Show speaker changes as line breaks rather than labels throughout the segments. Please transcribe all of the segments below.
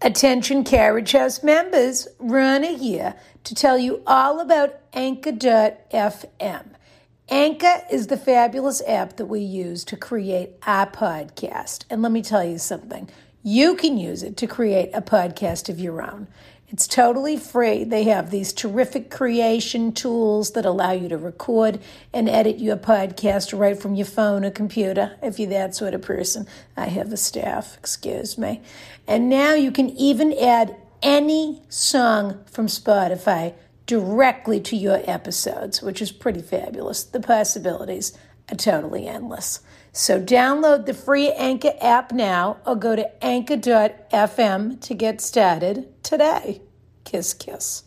Attention Carriage House members, Rana here to tell you all about Anchor.fm. Anchor is the fabulous app that we use to create our podcast. And let me tell you something you can use it to create a podcast of your own. It's totally free. They have these terrific creation tools that allow you to record and edit your podcast right from your phone or computer, if you're that sort of person. I have a staff, excuse me. And now you can even add any song from Spotify directly to your episodes, which is pretty fabulous. The possibilities are totally endless. So download the free Anchor app now or go to anchor.fm to get started today. Kiss, kiss.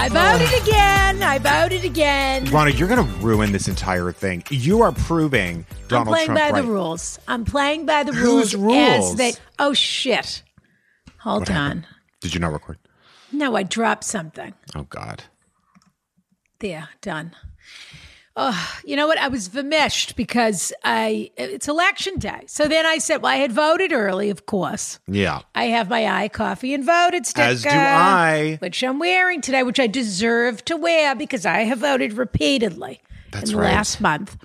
I bowed it again. I bowed it again.
Ronna, you're going to ruin this entire thing. You are proving
I'm
Donald
playing
Trump
by
right.
the rules. I'm playing by the
Whose
rules.
rules?
As they, oh shit! Hold
What
on.
happened? Did you not record?
No, I dropped something.
Oh God.
There, done. Oh, you know what? I was vermeshed because I it's election day. So then I said, well, I had voted early, of course.
Yeah.
I have my eye coffee and voted sticker.
As do I.
Which I'm wearing today, which I deserve to wear because I have voted repeatedly
That's
in the
right.
last month.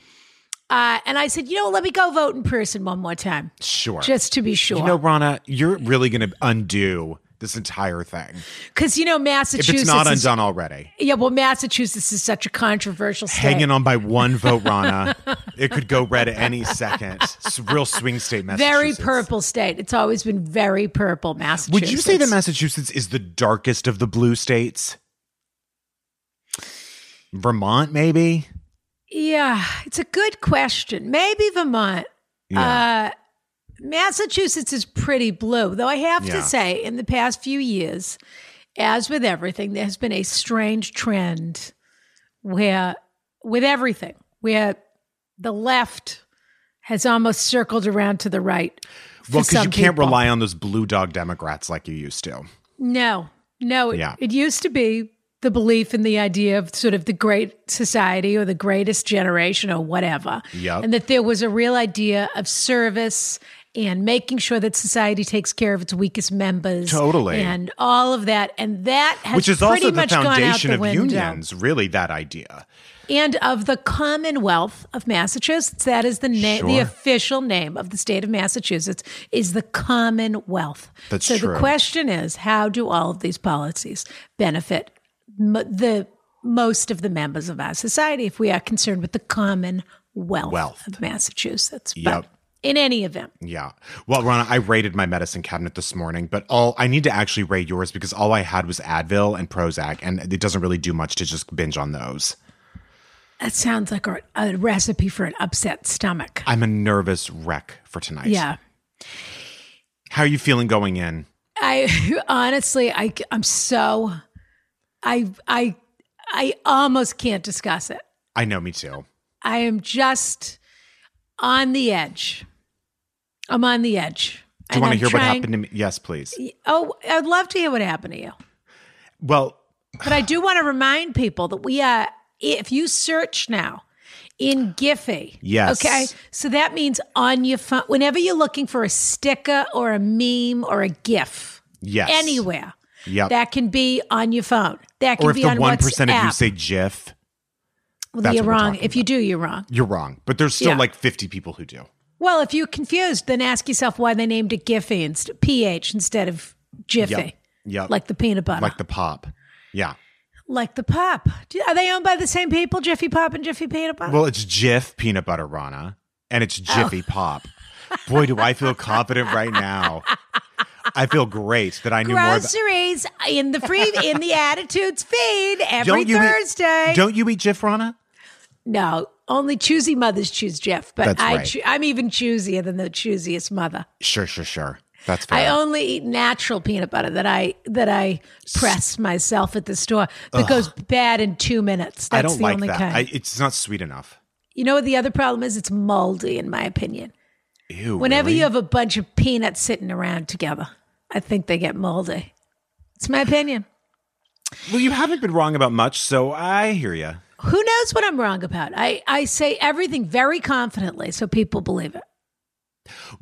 Uh, and I said, you know, what? let me go vote in person one more time,
Sure.
just to be sure.
You know, Ronna, you're really going to undo this entire thing
Because you know,
if
Massachusetts.
it's not
is-
undone already.
yeah, well, Massachusetts is such a controversial state.
Hanging on by one vote, Ronna. it could go red at any second. It's a real swing state,
Very
Massachusetts.
purple state. It's always been very purple, Massachusetts.
Would you say that Massachusetts is the darkest of the blue states? Vermont, maybe.
Yeah, it's a good question. Maybe Vermont. Uh, Massachusetts is pretty blue, though I have
Yeah.
to say, in the past few years, as with everything, there has been a strange trend where, with everything, where the left has almost circled around to the right. for
Well, because you
some
can't
people.
rely on those blue dog Democrats like you used to.
No, no. It,
Yeah.
it used to be the belief in the idea of sort of the great society or the greatest generation or whatever.
Yep.
And that there was a real idea of service and making sure that society takes care of its weakest members.
Totally.
And all of that. And that has
Which is
pretty
also the
much gone out
foundation
the
of
window.
unions, really, that idea.
And of the Commonwealth of Massachusetts. That is the name the
Sure.
official name of the state of Massachusetts is the Commonwealth.
That's
so
true.
the question is, how do all of these policies benefit m- the most of the members of our society if we are concerned with the Commonwealth
Wealth.
of Massachusetts?
Yep.
But in any event,
Yeah. Well, Ronna, I raided my medicine cabinet this morning, but all I need to actually raid yours because all I had was Advil and Prozac, and it doesn't really do much to just binge on those.
that sounds like a, a recipe for an upset stomach.
I'm a nervous wreck for tonight.
yeah.
How are you feeling going in?
I honestly, I I'm so, I I I almost can't discuss it.
I know, me too.
I am just on the edge. I'm on the edge.
Do you want to hear what happened to me? Yes, please.
to? Oh, I'd love to hear what happened to you,
Well,
but I do want to remind people that we are. If you uh, search now. in Giphy.
Yes.
Okay. So that means on your phone, whenever you're looking for a sticker or a meme or a GIF,
Yes.
anywhere,
Yep.
that can be on your phone. That can
or if
be
the
on
one percent of
WhatsApp.
you say GIF,
well,
that's
you're
what we're
wrong.
talking
If you do, you're wrong.
you're wrong. But there's still
Yeah.
like 50 people who do.
Well, if you're confused, then ask yourself why they named it Giphy instead PH instead of Jiffy,
Yep. Yep.
like the peanut butter,
like the pop. Yeah.
like the pop. Do- Are they owned by the same people, Jiffy Pop and Jiffy Peanut Butter?
Well, it's Jif peanut butter Rana, and
Oh.
it's Jiffy Pop. Boy, do I feel confident right now. I feel great that I knew more about.
Groceries in the free in the attitudes feed every
Don't you
Thursday.
Eat, don't you eat Jif Rana?
no, only choosy mothers choose Jeff, but
That's
I
right.
choo- I'm even choosier than the choosiest mother.
Sure, sure, sure. That's
I
fair.
only eat natural peanut butter that I that I press myself at the store that goes bad in two minutes. That's
I don't
the
like
only
that.
kind.
I, it's not sweet enough.
You know what the other problem is? It's moldy, in my opinion.
Ew.
Whenever
really?
you have a bunch of peanuts sitting around together, I think they get moldy. It's my opinion.
well, you haven't been wrong about much, so I hear you.
Who knows what I'm wrong about? I, I say everything very confidently so people believe it.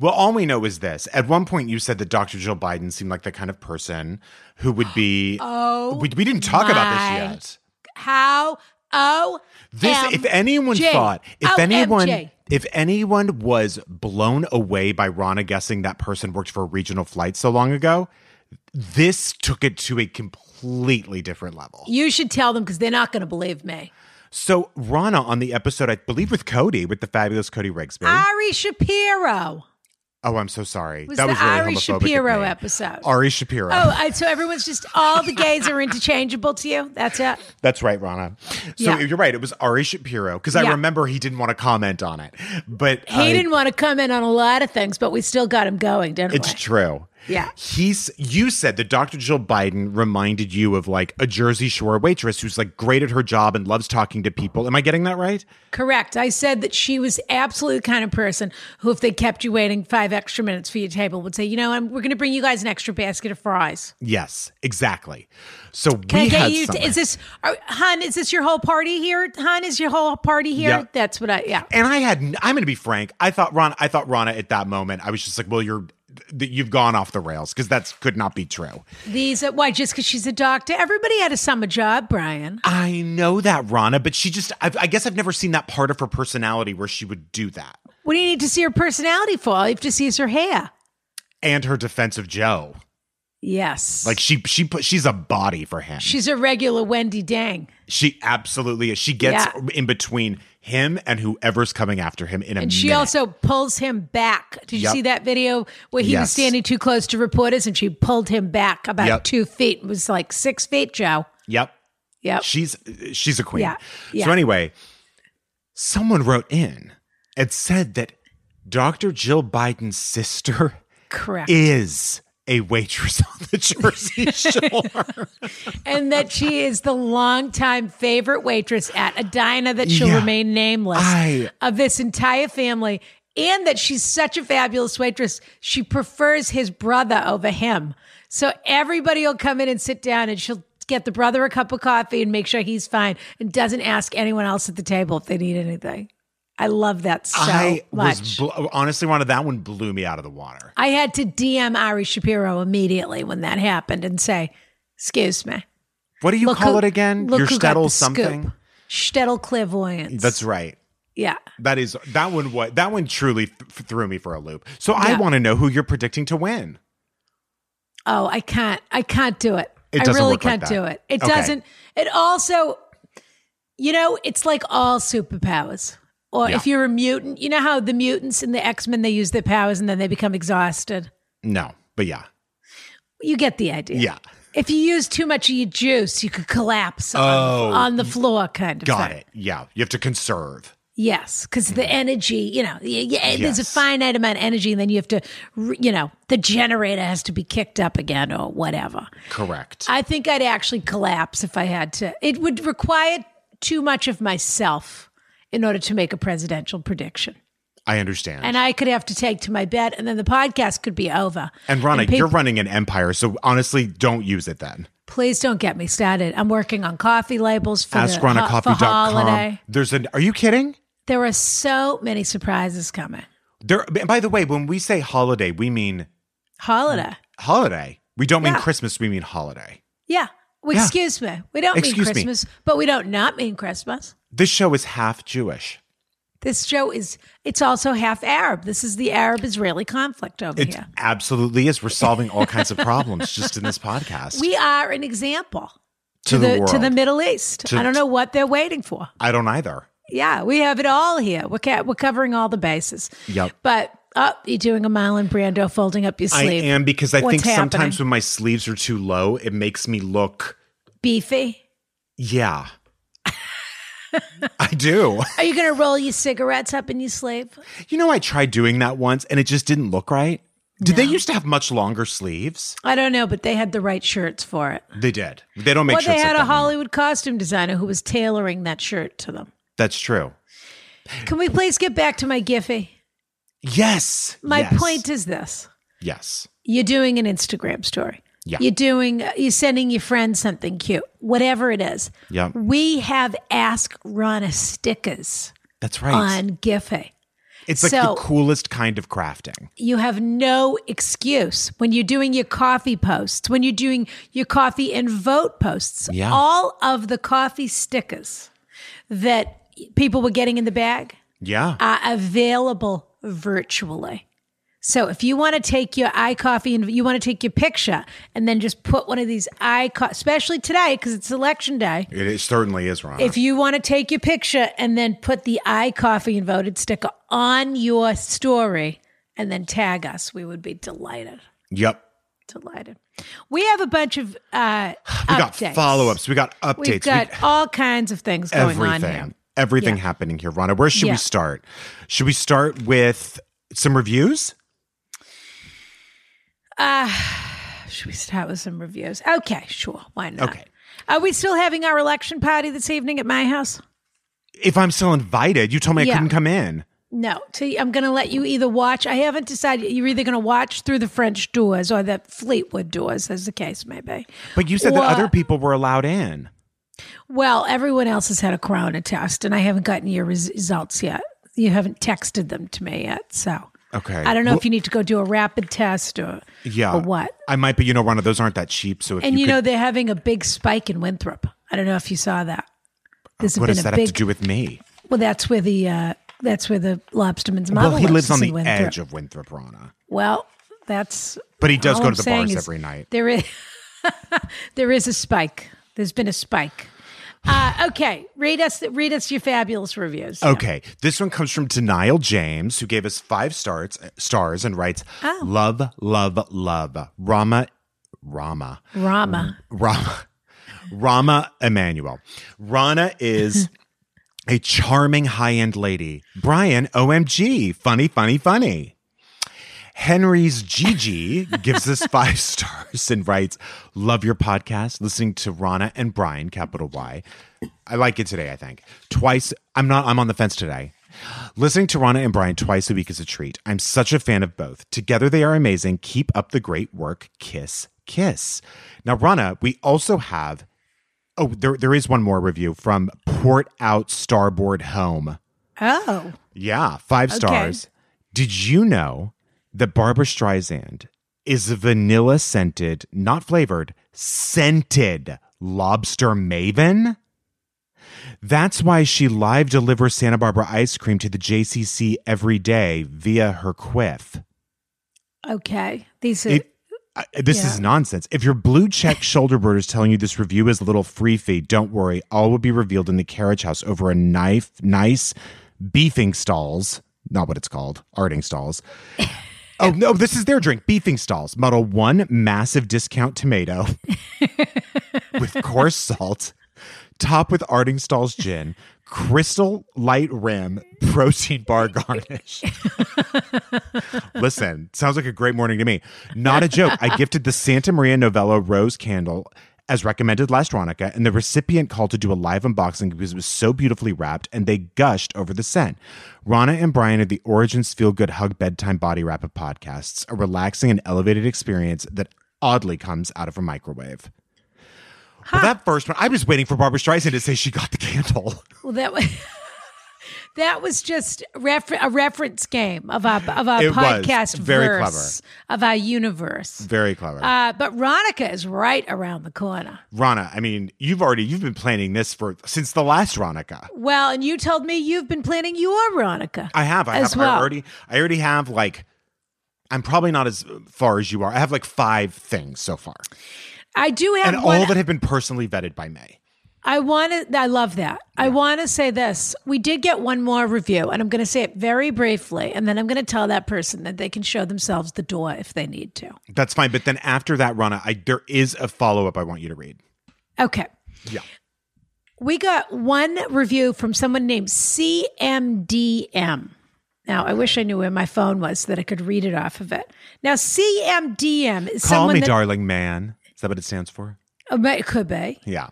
Well, all we know is this. At one point, you said that Dr. Jill Biden seemed like the kind of person who would be.
Oh
we, we didn't talk about
my
this yet.
How? Oh,
This, if anyone
MJ.
thought, if
Oh,
anyone,
MJ.
if anyone was blown away by Rana guessing that person worked for a regional flight so long ago, this took it to a completely different level.
you should tell them because they're not going to believe me.
So Rana on the episode, I believe with Cody, with the fabulous Cody Rigsby.
Ari Shapiro
oh, I'm so sorry.
was
that
the
was really
Ari
homophobic of
Shapiro
me.
episode.
Ari Shapiro.
oh, I, so everyone's just all the gays are interchangeable to you. That's it.
That's right, Rana. So
Yeah.
you're right. It was Ari Shapiro because I
Yeah.
remember he didn't want to comment on it, but
He didn't want to comment on a lot of things, but we still got him going, didn't
It's
we?
true.
Yeah.
He's you said that Dr. Jill Biden reminded you of like a Jersey Shore waitress who's like great at her job and loves talking to people. Am I getting that right?
Correct. I said that she was absolutely the kind of person who, if they kept you waiting five extra minutes for your table, would say, "You know, I'm, we're going to bring you guys an extra basket of fries."
Yes, exactly. So
Can
we
I get
had
you?
something.
Is this, are, hun? Is this your whole party here? Hun, is your whole party here?
Yeah.
That's what I. Yeah.
and I had I'm going to be frank. I thought Ron I thought Rana at that moment I was just like, "Well, you're th- you've gone off the rails because that's could not be true."
These. Are, why? Just because she's a doctor? Everybody had a summer job, Brian.
I know that Rana, but she just I've, I guess I've never seen that part of her personality where she would do that.
What do you need to see her personality for? All you have to see is her hair.
And her defense of Joe.
Yes.
Like she she put she's a body for him.
she's a regular Wendy Dang.
She absolutely is. She gets
Yeah.
in between him and whoever's coming after him in a
And she
minute.
also pulls him back. Did you
Yep.
see that video where he was
Yes.
standing too close to reporters and she pulled him back about
Yep.
two feet? It was like six feet, Joe.
Yep.
Yep.
She's she's a queen.
Yeah. Yeah.
So anyway, someone wrote in and said that Dr. Jill Biden's sister
Correct.
is a waitress on the Jersey Shore.
and that she is the longtime favorite waitress at a diner that she'll
Yeah.
remain nameless
I-
of this entire family. And that she's such a fabulous waitress, she prefers his brother over him. So everybody will come in and sit down, and she'll get the brother a cup of coffee and make sure he's fine, and doesn't ask anyone else at the table if they need anything. I love that so
I
much.
was bl- honestly wanted that one blew me out of the water.
I had to DM Ari Shapiro immediately when that happened and say, "Excuse me."
What do you
Look
call
who-
it again?
look
Your
who got the scoop.
shtetl something?
Shtetl clairvoyance.
That's right.
yeah.
That is that one. What that one truly th- threw me for a loop. So I
Yeah.
want to know who you're predicting to win.
Oh, I can't. I can't do it.
It
I
doesn't
really
work like
can't
that.
do it. It
Okay.
doesn't. It also, you know, it's like all superpowers. Or
Yeah.
if you're a mutant, you know how the mutants and the X Men they use their powers and then they become exhausted.
No, but yeah,
You get the idea.
yeah,
If you use too much of your juice, you could collapse on,
Oh,
on the floor, kind of.
got
thing.
it. Yeah, you have to conserve.
Yes, because the energy, you know, y- y- there's a
Mm-hmm. Yes.
finite amount of energy, and then you have to, re- you know, the generator has to be kicked up again or whatever.
Correct.
I think I'd actually collapse if I had to. It would require too much of myself in order to make a presidential prediction.
I understand.
And
And,
I could have to take to my bed, and then the podcast could be over.
Rana,
peop-
you're running an empire, so honestly, don't use it then.
Please don't get me started. I'm working on coffee labels for
Ask
the ho- for
AskRanaCoffee.com.
holiday.
There's an. Are you kidding?
There were so many surprises coming.
There. and By the way, when we say holiday, we mean
Holiday.
holiday. We don't mean
Yeah.
Christmas. We mean holiday.
Yeah. Well,
Yeah.
excuse me. We don't
Excuse
mean
me.
Christmas, but we don't not mean Christmas.
This show is half Jewish.
This show is, it's also half Arab. This is the Arab Israeli conflict over
It
here.
absolutely is. We're solving all kinds of problems just in this podcast.
We are an example
to, the, world.
to the Middle East.
To-
I don't know what they're waiting for.
I don't either.
Yeah, we have it all here. We're, ca- we're covering all the bases.
Yep.
But, oh, you're doing a Marlon Brando folding up your
I
sleeve.
am because I
What's
think sometimes
happening?
when my sleeves are too low, it makes me look.
Beefy.
Yeah. I do.
Are you going to roll your cigarettes up in your sleeve?
You know, I tried doing that once and it just didn't look right. Did they used to have much longer sleeves?
I don't know, but they had the right shirts for it.
They did. They don't make
well,
sure
they had a
that anymore.
Hollywood costume designer who was tailoring that shirt to them.
That's true.
Can we please get back to my Giphy?
Yes.
My
Yes.
point is this
Yes.
you're doing an Instagram story.
Yeah.
You're doing, you're sending your friend something cute, whatever it is.
Yeah.
We have Ask Rana stickers
That's right.
on Giphy.
it's like
so-
the coolest kind of crafting.
You have no excuse when you're doing your coffee posts, when you're doing your coffee and vote posts.
Yeah.
All of the coffee stickers that people were getting in the bag.
Yeah.
are available virtually. So if you want to take your iCoffee and you want to take your picture and then just put one of these iCo, especially today because it's election day.
it, it certainly is, Ron.
If you want to take your picture and then put the iCoffee and voted sticker on your story and then tag us, we would be delighted.
yep.
Delighted. We have a bunch of uh,
We got
updates.
follow ups. We got updates.
We've got all kinds of things going on
everything.
here.
Everything happening here, Rhonda. Where should
Yeah.
we start? Should we start with some reviews?
Should we start with some reviews? Okay, sure. Why not?
Okay.
Are we still having our election party this evening at my house?
If I'm still invited, you told me
Yeah.
I couldn't come in.
No. So I'm going to let you either watch. I haven't decided. You're either going to watch through the French doors or the Fleetwood doors, as the case may be.
But you said
Wha-
that other people were allowed in.
Well, everyone else has had a corona test, and I haven't gotten your res- results yet. You haven't texted them to me yet. So
Okay.
I don't know if you need to go do a rapid test or,
Yeah.
or what.
I might, but you know, Rhonda, those aren't that cheap. So if
And you,
you,
know,
could,
they're having a big spike in Winthrop. I don't know if you saw that. There's
what
been
does
a
that
big
have to do with me?
Well, that's where the uh, that's where the lobsterman's mother.
Well, he lives on
is in
the
Winthrop.
edge of Winthrop, Rhonda.
Well, that's.
But he does
all
go
I'm
to the
saying
bars
is
every night.
There is there is a spike. There's been a spike. Uh, okay, read us read us your fabulous reviews.
Okay. This one comes from Denial James, who gave us five stars stars and writes,
Oh.
Love, love, love. Rama Rama.
Rama.
Rama, Rama Emmanuel. Rana is a charming high end lady. Brian, OMG, funny, funny, funny. Henry's Gigi gives us five stars and writes, Love your podcast, listening to Rana and Brian, capital Y. I like it today, I think. Twice, I'm not, I'm on the fence today. Listening to Rana and Brian twice a week is a treat. I'm such a fan of both. Together they are amazing. Keep up the great work. Kiss, kiss. Now, Rana, we also have oh, there there is one more review from Port Out Starboard Home.
Oh,
Yeah, five stars. Did you know that Barbara Streisand is a vanilla scented, not flavored, scented lobster maven? That's why she live delivers Santa Barbara ice cream to the JCC every day via her quiff.
okay. These are
It- I- this is nonsense. If your blue check shoulder bird is telling you this review is a little free feed, don't worry. All will be revealed in the carriage house over a knife, nice beefing stalls. Not what it's called, arting stalls. Oh no, this is their drink, beefing stalls. Muddle one massive discount tomato with coarse salt, top with arting stalls gin, crystal light rim, protein bar garnish. Listen, sounds like a great morning to me. Not a joke. I gifted the Santa Maria Novella rose candle as recommended last Ronica, and the recipient called to do a live unboxing because it was so beautifully wrapped and they gushed over the scent. Rana and Brian are the Origins Feel Good Hug Bedtime Body Wrap of podcasts, a relaxing and elevated experience that oddly comes out of a microwave. Well, that first one, I was waiting for Barbara Streisand to say she got the candle.
well that was That was just refer- a reference game of our of our
It was.
podcast
Very
verse of our universe.
Very clever.
Uh, but Ronica is right around the corner.
Rana, I mean, you've already you've been planning this for since the last Ronica.
Well, and you told me you've been planning your Ronica.
I have. I
As
have.
well.
I already. I already have like. I'm probably not as far as you are. I have like five things so far,
I do have
and
one.
all that have been personally vetted by May.
I want to. I love that. I want to say this. We did get one more review, and I'm going to say it very briefly, and then I'm going to tell that person that they can show themselves the door if they need to.
That's fine. But then after that, Rana, I, there is a follow up I want you to read.
Okay.
Yeah.
We got one review from someone named CMDM. Now, I wish I knew where my phone was so that I could read it off of it. Now, CMDM is
Call
someone
me,
that
darling man. Is that what it stands for?
Oh, but it could be.
Yeah.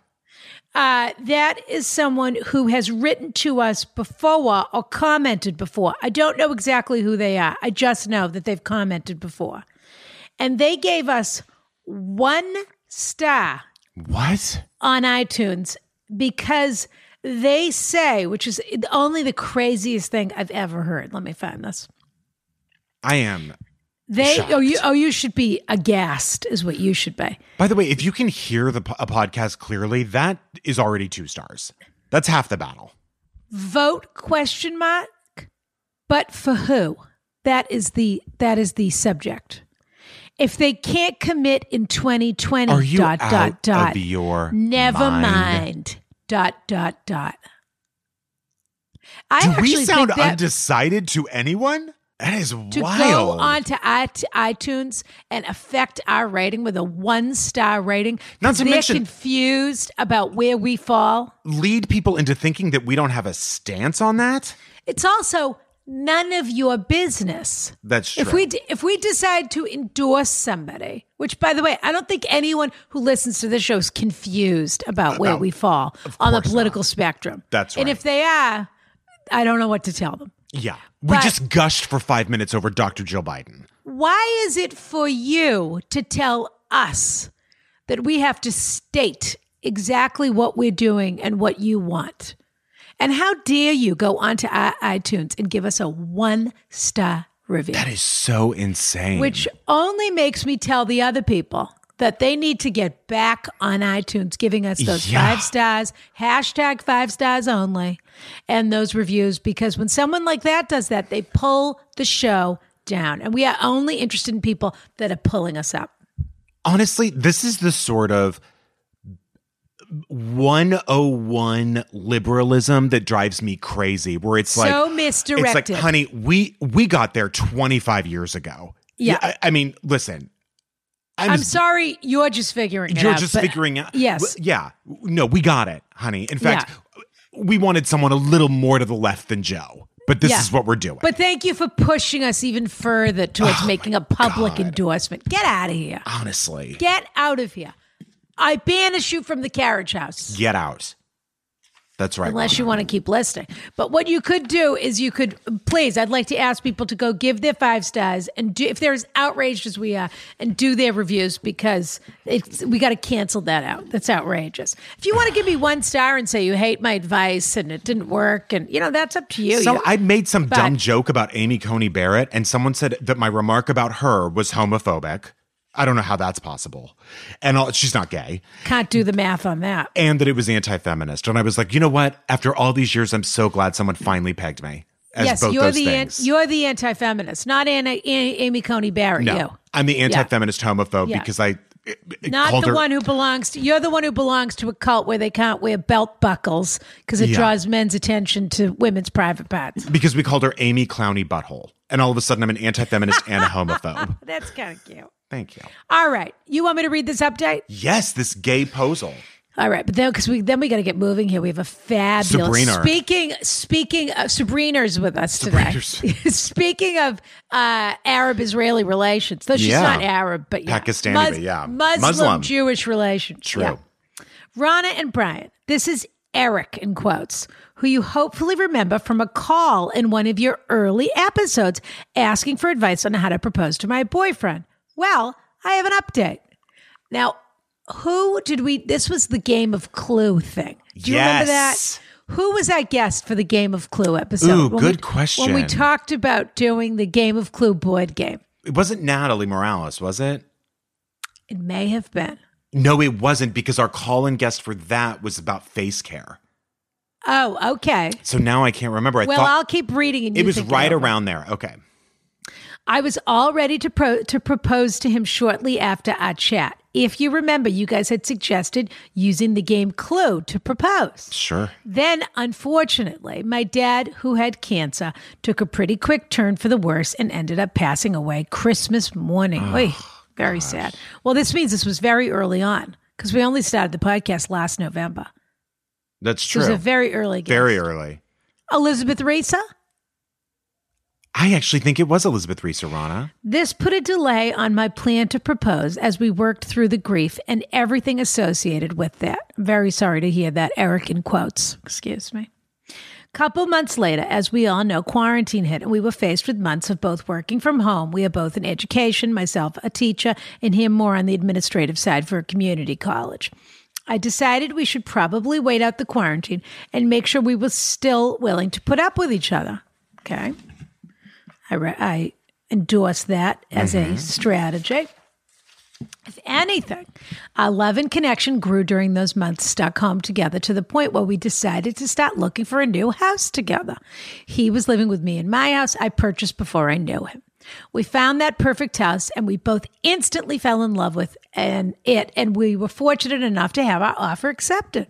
Uh, that is someone who has written to us before or commented before. I don't know exactly who they are. I just know that they've commented before. And they gave us one star
What?
on iTunes because they say, which is only the craziest thing I've ever heard. Let me find this.
I am.
They
Shocked.
oh you oh you should be aghast is what you should be.
By the way, if you can hear the po- a podcast clearly, that is already two stars. That's half the battle.
Vote question mark, but for who? That is the that is the subject. If they can't commit in 2020,
Are you
dot
out
dot dot.
of your
Never
mind?
Dot dot dot. I
Do
actually
we sound
think that,
undecided to anyone? That is
to
wild.
go onto it- iTunes and affect our rating with a one star rating. 'cause
Not to
they're
mention-
confused about where we fall.
Lead people into thinking that we don't have a stance on that.
It's also none of your business.
That's true.
If we d- if we decide to endorse somebody, which by the way, I don't think anyone who listens to this show is confused about where we fall on the political spectrum.
That's
And
right.
if they are, I don't know what to tell them.
yeah,
But-
we just gushed for five minutes over Dr. Jill Biden.
Why is it for you to tell us that we have to state exactly what we're doing and what you want? And how dare you go onto i- iTunes and give us a one star review?
That is so insane.
Which only makes me tell the other people that they need to get back on iTunes, giving us those
Yeah.
five stars, hashtag five stars only, and those reviews. Because when someone like that does that, they pull the show down. And we are only interested in people that are pulling us up.
honestly, this is the sort of 101 liberalism that drives me crazy where it's like
So
It's
misdirected.
like, honey, we we got there 25 years ago.
Yeah.
I, I mean, listen. I'm,
I'm, sorry, you're just figuring it
you're
out.
just
but-
figuring out.
Yes.
w- Yeah. No, we got it, honey. In fact, we wanted someone a little more to the left than Joe, but this
Yeah.
is what we're doing. Oh
But thank you for pushing us even further towards making a public endorsement. Get out of here.
honestly, get,
Get out of here. I banish you from the carriage house.
out. That's right.
unless
Rana.
you want to keep listening. But what you could do is you could please. I'd like to ask people to go give their five stars and do, if they're as outraged as we are, and do their reviews because it's we got to cancel that out. That's outrageous. If you want to give me one star and say you hate my advice and it didn't work, and you know that's up to you.
So
You-
I made some
But-
dumb joke about Amy Coney Barrett, and someone said that my remark about her was homophobic. I don't know how that's possible. And all, she's not gay.
can't do the math on that.
And that it was anti feminist. And I was like, you know what? After all these years, I'm so glad someone finally pegged me as
yes,
both
you're
those
the an,
things.
you're the anti-feminist, not Anna, A- Amy Coney Barrett.
no,
You.
I'm the anti feminist homophobe
Yeah.
because I. It, it
Not
called
the
her,
one who belongs to. You're the one who belongs to a cult where they can't wear belt buckles because it
Yeah.
draws men's attention to women's private parts.
Because we called her Amy Clowny Butthole. And all of a sudden, I'm an anti feminist and a homophobe.
That's kind of cute.
Thank you.
All right, you want me to read this update?
Yes, this gay posal.
All right, but then because we then we got to get moving here. We have a fabulous
Sabrina.
Speaking speaking, of, Sabrina's with us today.
Sabrina's.
speaking of uh, Arab-Israeli relations, though she's
Yeah.
not Arab, but yeah.
Pakistani, but yeah. Muslim.
Muslim-Jewish relations.
True.
Yeah. Rana and Brian, this is Eric in quotes, who you hopefully remember from a call in one of your early episodes asking for advice on how to propose to my boyfriend. Well, I have an update. Now, who did we? This was the game of clue thing. Do you remember that?
Yes.
Who was our guest for the Game of Clue episode?
Ooh,
we-
good question.
When we talked about doing the Game of Clue board game,
It wasn't Natalie Morales, was it?
it may have been.
No, it wasn't because our call in guest for that was about face care.
Oh, okay.
So now I can't remember. I
well,
thought
I'll keep reading. And you
it was
think
right
over.
around there. Okay.
I was all ready to pro- to propose to him shortly after our chat. If you remember, you guys had suggested using the game Clue to propose.
Sure.
Then, unfortunately, my dad, who had cancer, took a pretty quick turn for the worse and ended up passing away Christmas morning. Oy, very sad. Well, this means this was very early on because we only started the podcast last November.
That's
So
true.
It was a very early guest.
Very early.
Elizabeth Reza?
I actually think it was Elizabeth Reese Rana.
This put a delay on my plan to propose as we worked through the grief and everything associated with that. I'm very sorry to hear that, Eric, in quotes. Excuse me. Couple months later, as we all know, quarantine hit and we were faced with months of both working from home. We are both in education, myself a teacher, and him more on the administrative side for a community college. I decided we should probably wait out the quarantine and make sure we were still willing to put up with each other. Okay. I, re- I endorse that as a strategy. If anything, our love and connection grew during those months stuck home together to the point where we decided to start looking for a new house together. He was living with me in my house I purchased before I knew him. We found that perfect house and we both instantly fell in love with and it and we were fortunate enough to have our offer accepted.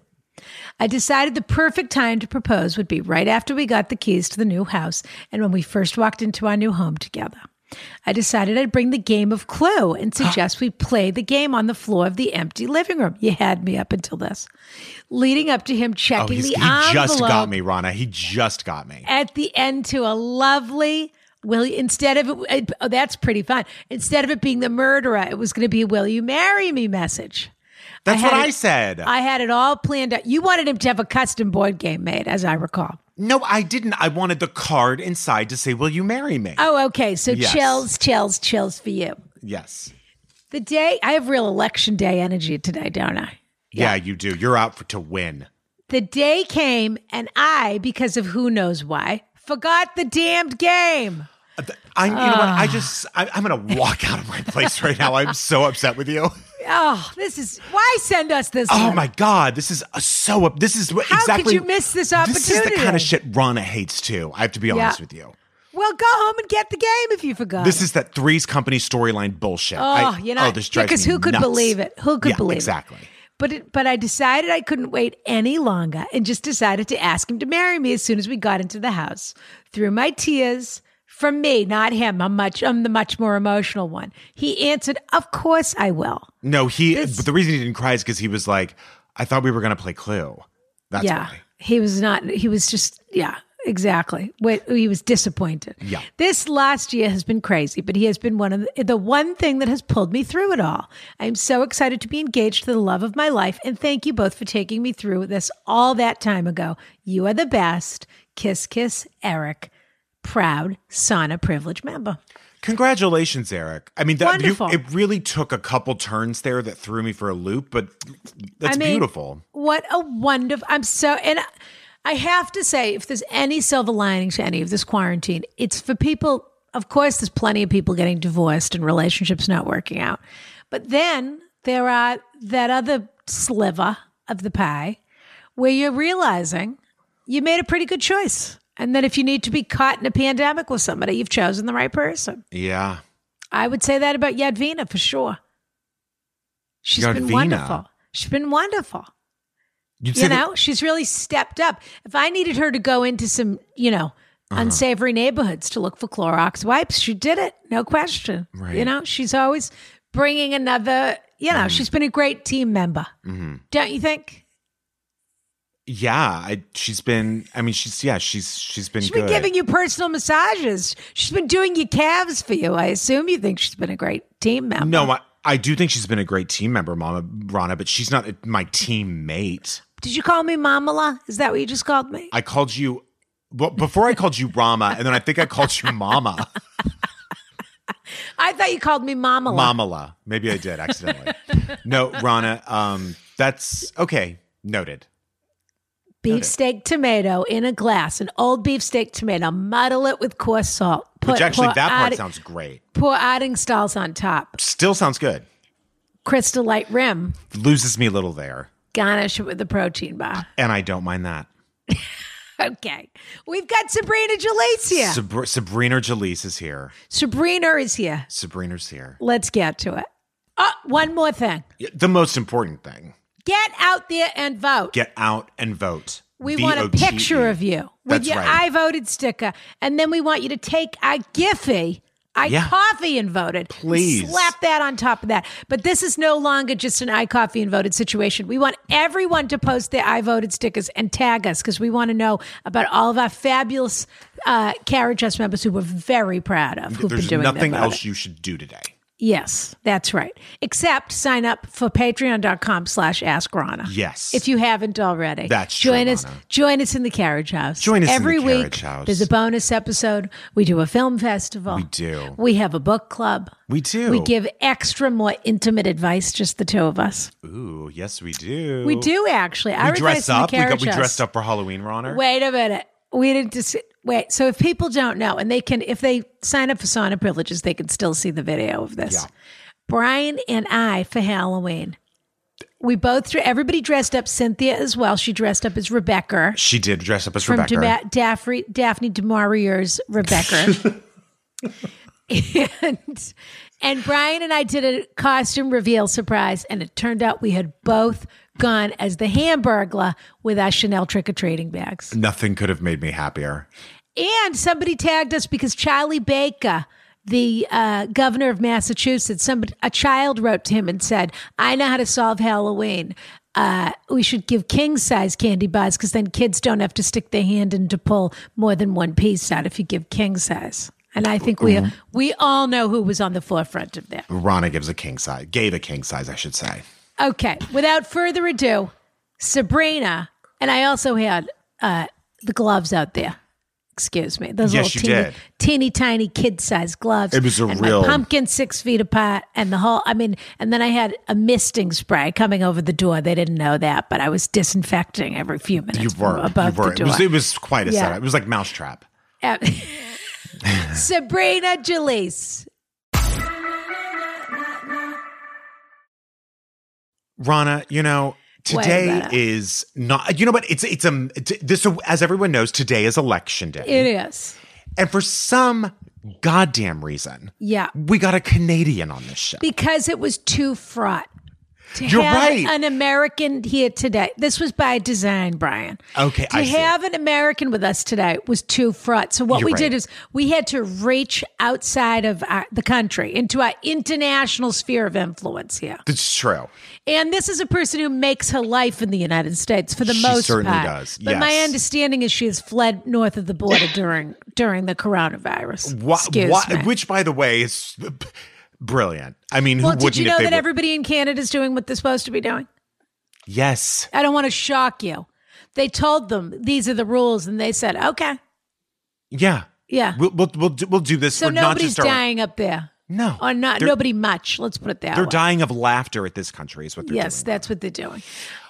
I decided the perfect time to propose would be right after we got the keys to the new house and when we first walked into our new home together. I decided I'd bring the game of Clue and suggest we play the game on the floor of the empty living room. You had me up until this. Leading up to him
Oh,
checking
he's,
the
he
envelope
just got me, Rana. He just got me.
at the end to a lovely will you- instead of it, oh that's pretty fun instead of it being the murderer it was going to be will you marry me message
That's
had
what
it-
I said.
i had it all planned out you wanted him to have a custom board game made as i recall
no, I didn't. I wanted the card inside to say, Will you marry me?
oh okay so
Yes.
chills chills chills for you
yes.
the day i have real election day energy today don't i
Yeah. you do. You're out for, to win.
the day came and i because of who knows why forgot the damned game
I'm, you know what? Uh,
Ah.
I just, I, I'm going to walk out of my place right now. I'm so upset with you.
oh this is why send us this
Oh
letter?
my God, this is a- so. up- This is
could
exactly.
you miss this
This is the kind
opportunity?
of shit Rana hates too. I have to be honest
Yeah.
with you.
well go home and get the game if you forgot
This is that Three's Company storyline bullshit. Oh,
Oh, you know,
oh, this drives
because
me
who could
nuts.
believe it? Who could
Yeah,
believe
exactly.
it? But it, but I decided I couldn't wait any longer and just decided to ask him to marry me as soon as we got into the house. Through my tears, from me, not him. I'm much I'm the much more emotional one. He answered, "Of course I will."
No, he.
This-
but the reason he didn't cry is because he was like, "I thought we were gonna play Clue." That's
yeah.
why.
He was not, he was just, yeah, exactly. Wait, He was disappointed.
Yeah.
This last year has been crazy, but he has been one of the, the one thing that has pulled me through it all. I'm so excited to be engaged to the love of my life. And thank you both for taking me through this all that time ago. You are the best. Kiss, kiss, Eric. Proud sauna privilege member.
Congratulations, Eric. I mean, that, you,
Wonderful.
it really took a couple turns there that threw me for a loop, but that's
I mean,
beautiful.
What a wonderful. I'm so, and I- I have to say, if there's any silver lining to any of this quarantine, it's for people. Of course, there's plenty of people getting divorced and relationships not working out. But then there are that other sliver of the pie where you're realizing you made a pretty good choice. And that if you need to be caught in a pandemic with somebody, you've chosen the right person.
Yeah.
I would say that about Yadvina for sure. She's been
Yadvina.
wonderful. She's been wonderful.
You'd
You
that-
know, she's really stepped up. If I needed her to go into some, you know,
Uh-huh.
unsavory neighborhoods to look for Clorox wipes, she did it, no question.
Right. Mm.
You know, she's always bringing another, you know, she's been a great team member. Don't you think?
Mm-hmm. yeah. I, she's been. I mean, she's yeah. She's she's been
She's
good.
been giving you personal massages. She's been doing your calves for you. I assume you think she's been a great team member.
No, I, I do think she's been a great team member, Mama Rana, but she's not my teammate.
Did you call me Mamala? Is that what you just called me?
I called you. Well, before I called you Rama, and then I think I called you Mama,
I thought you called me Mamala.
Mamala. Maybe I did accidentally. No, Rana. Um, that's okay. Noted.
beefsteak tomato in a glass, an old beefsteak tomato, muddle it with coarse salt. Put,
Which actually,
pour
that part
Ard-
sounds great.
Pour Arding Styles on top.
Still sounds good.
Crystal Light Rim.
Loses me a little there,
Garnish it with a protein bar.
and I don't mind that.
Okay. We've got Sabrina Jalese here.
Sabr- Sabrina Jalise is here.
Sabrina is here.
Sabrina's here.
Let's get to it. Oh, one more thing.
The most important thing:
Get out there and vote.
get out and vote.
we want a
E.
picture of you with
That's
your
right.
I voted sticker. And then we want you to take our Giphy, I
Yeah.
coffee and voted.
Please.
Slap that on top of that. But this is no longer just an I coffee and voted situation. We want everyone to post their I voted stickers and tag us because we want to know about all of our fabulous uh, Carriage House members who we're very proud of who've
There's
been doing their
nothing
voting.
else you should do today.
Yes, that's right. Except sign up for patreon.com slash ask Rana.
Yes.
If you haven't already.
That's true,
join us
Rana.
join us in the carriage house.
Join us in the
Every week,
carriage house.
There's a bonus episode. We do a film festival. We
do.
We have a book club.
We do.
We give extra more intimate advice, just the two of us.
Ooh, yes, we do.
We do actually. I
We
regret it's
dress
in the
up. We, got,
carriage
we
house.
dressed up for Halloween, Ronner.
Wait a minute. We didn't just wait. So if people don't know, and they can, if they sign up for sauna privileges, they can still see the video of this.
Yeah.
Brian and I for Halloween. We both dre- everybody dressed up. Cynthia as well. She dressed up as Rebecca
She did dress up as
from
Rebecca.
Dama- Daphne Daphne Demarier's Rebecca. and and Brian and I did a costume reveal surprise, and it turned out we had both gone as the Hamburglar with our Chanel trick or treating bags.
Nothing could have made me happier.
And somebody tagged us because Charlie Baker, the uh, governor of Massachusetts, somebody, a child wrote to him and said, I know how to solve Halloween. Uh, we should give king size candy bars because then kids don't have to stick their hand in to pull more than one piece out if you give king size. And I think we we all know who was on the forefront of that.
Rana gives a king size, gave a king size, I should say.
Okay, without further ado, Sabrina and I also had uh, the gloves out there. Excuse me, those
Yes,
little
you
teeny,
did.
teeny tiny kid sized gloves.
It was a
and
real-
my pumpkin six feet apart, and the whole. I mean, and then I had a misting spray coming over the door. They didn't know that, but I was disinfecting every few minutes.
You were,
above
you were.
the
It
door.
was, it was quite a
Yeah.
setup. It was like mousetrap.
Uh, Sabrina Jalise.
Rana, you know,
Wait a
today
minute.
is not. You know what? It's it's um t- this as everyone knows, today is election day,
It is.
and for some goddamn reason,
Yeah.
we got a Canadian on this show.
because it was too fraught. To
You're
have
right.
An American here today. This was by design, Brian.
Okay,
To
I see.
have an American with us today was too fraught. So what
You're
we did
right.
is we had to reach outside of our, the country into our international sphere of influence here.
That's true.
And this is a person who makes her life in the United States for the
She
most
certainly
part.
does,
But my
yes.
understanding is she has fled north of the border during during the coronavirus.
Wha-
Excuse
wha-
me.
Which, by the way, is b- brilliant. I mean,
well,
who wouldn't
did you
if
know
they
that
were-
everybody in Canada is doing what they're supposed to be doing?
Yes.
I don't want to shock you. They told them these are the rules, and they said, okay.
Yeah.
Yeah.
We'll we'll we'll do, we'll do this.
So
We're not
nobody's
just our-
dying up there.
No.
Or not,
They're,
nobody much. Let's put it that
they're
way.
dying of laughter at this country. Is what they're
Yes,
doing.
that's what they're doing.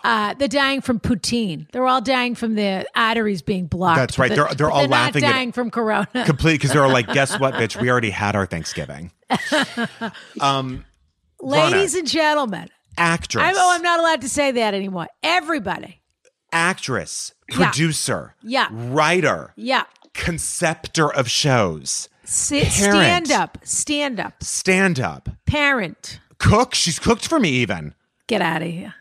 Uh, they're dying from poutine. They're all dying from their arteries being blocked.
That's right.
but
They're- they're
but
all
they're
laughing at-
Not dying from corona.
Complete because they're like, guess what, bitch? We already had our Thanksgiving.
Ladies and gentlemen,
Actress,
I'm, oh, I'm not allowed to say that anymore. Everybody,
actress, producer,
Yeah.
writer,
yeah,
conceptor of shows,
Sit,
Parent.
stand up, stand up,
stand up,
parent,
cook. She's cooked for me even.
get out of here.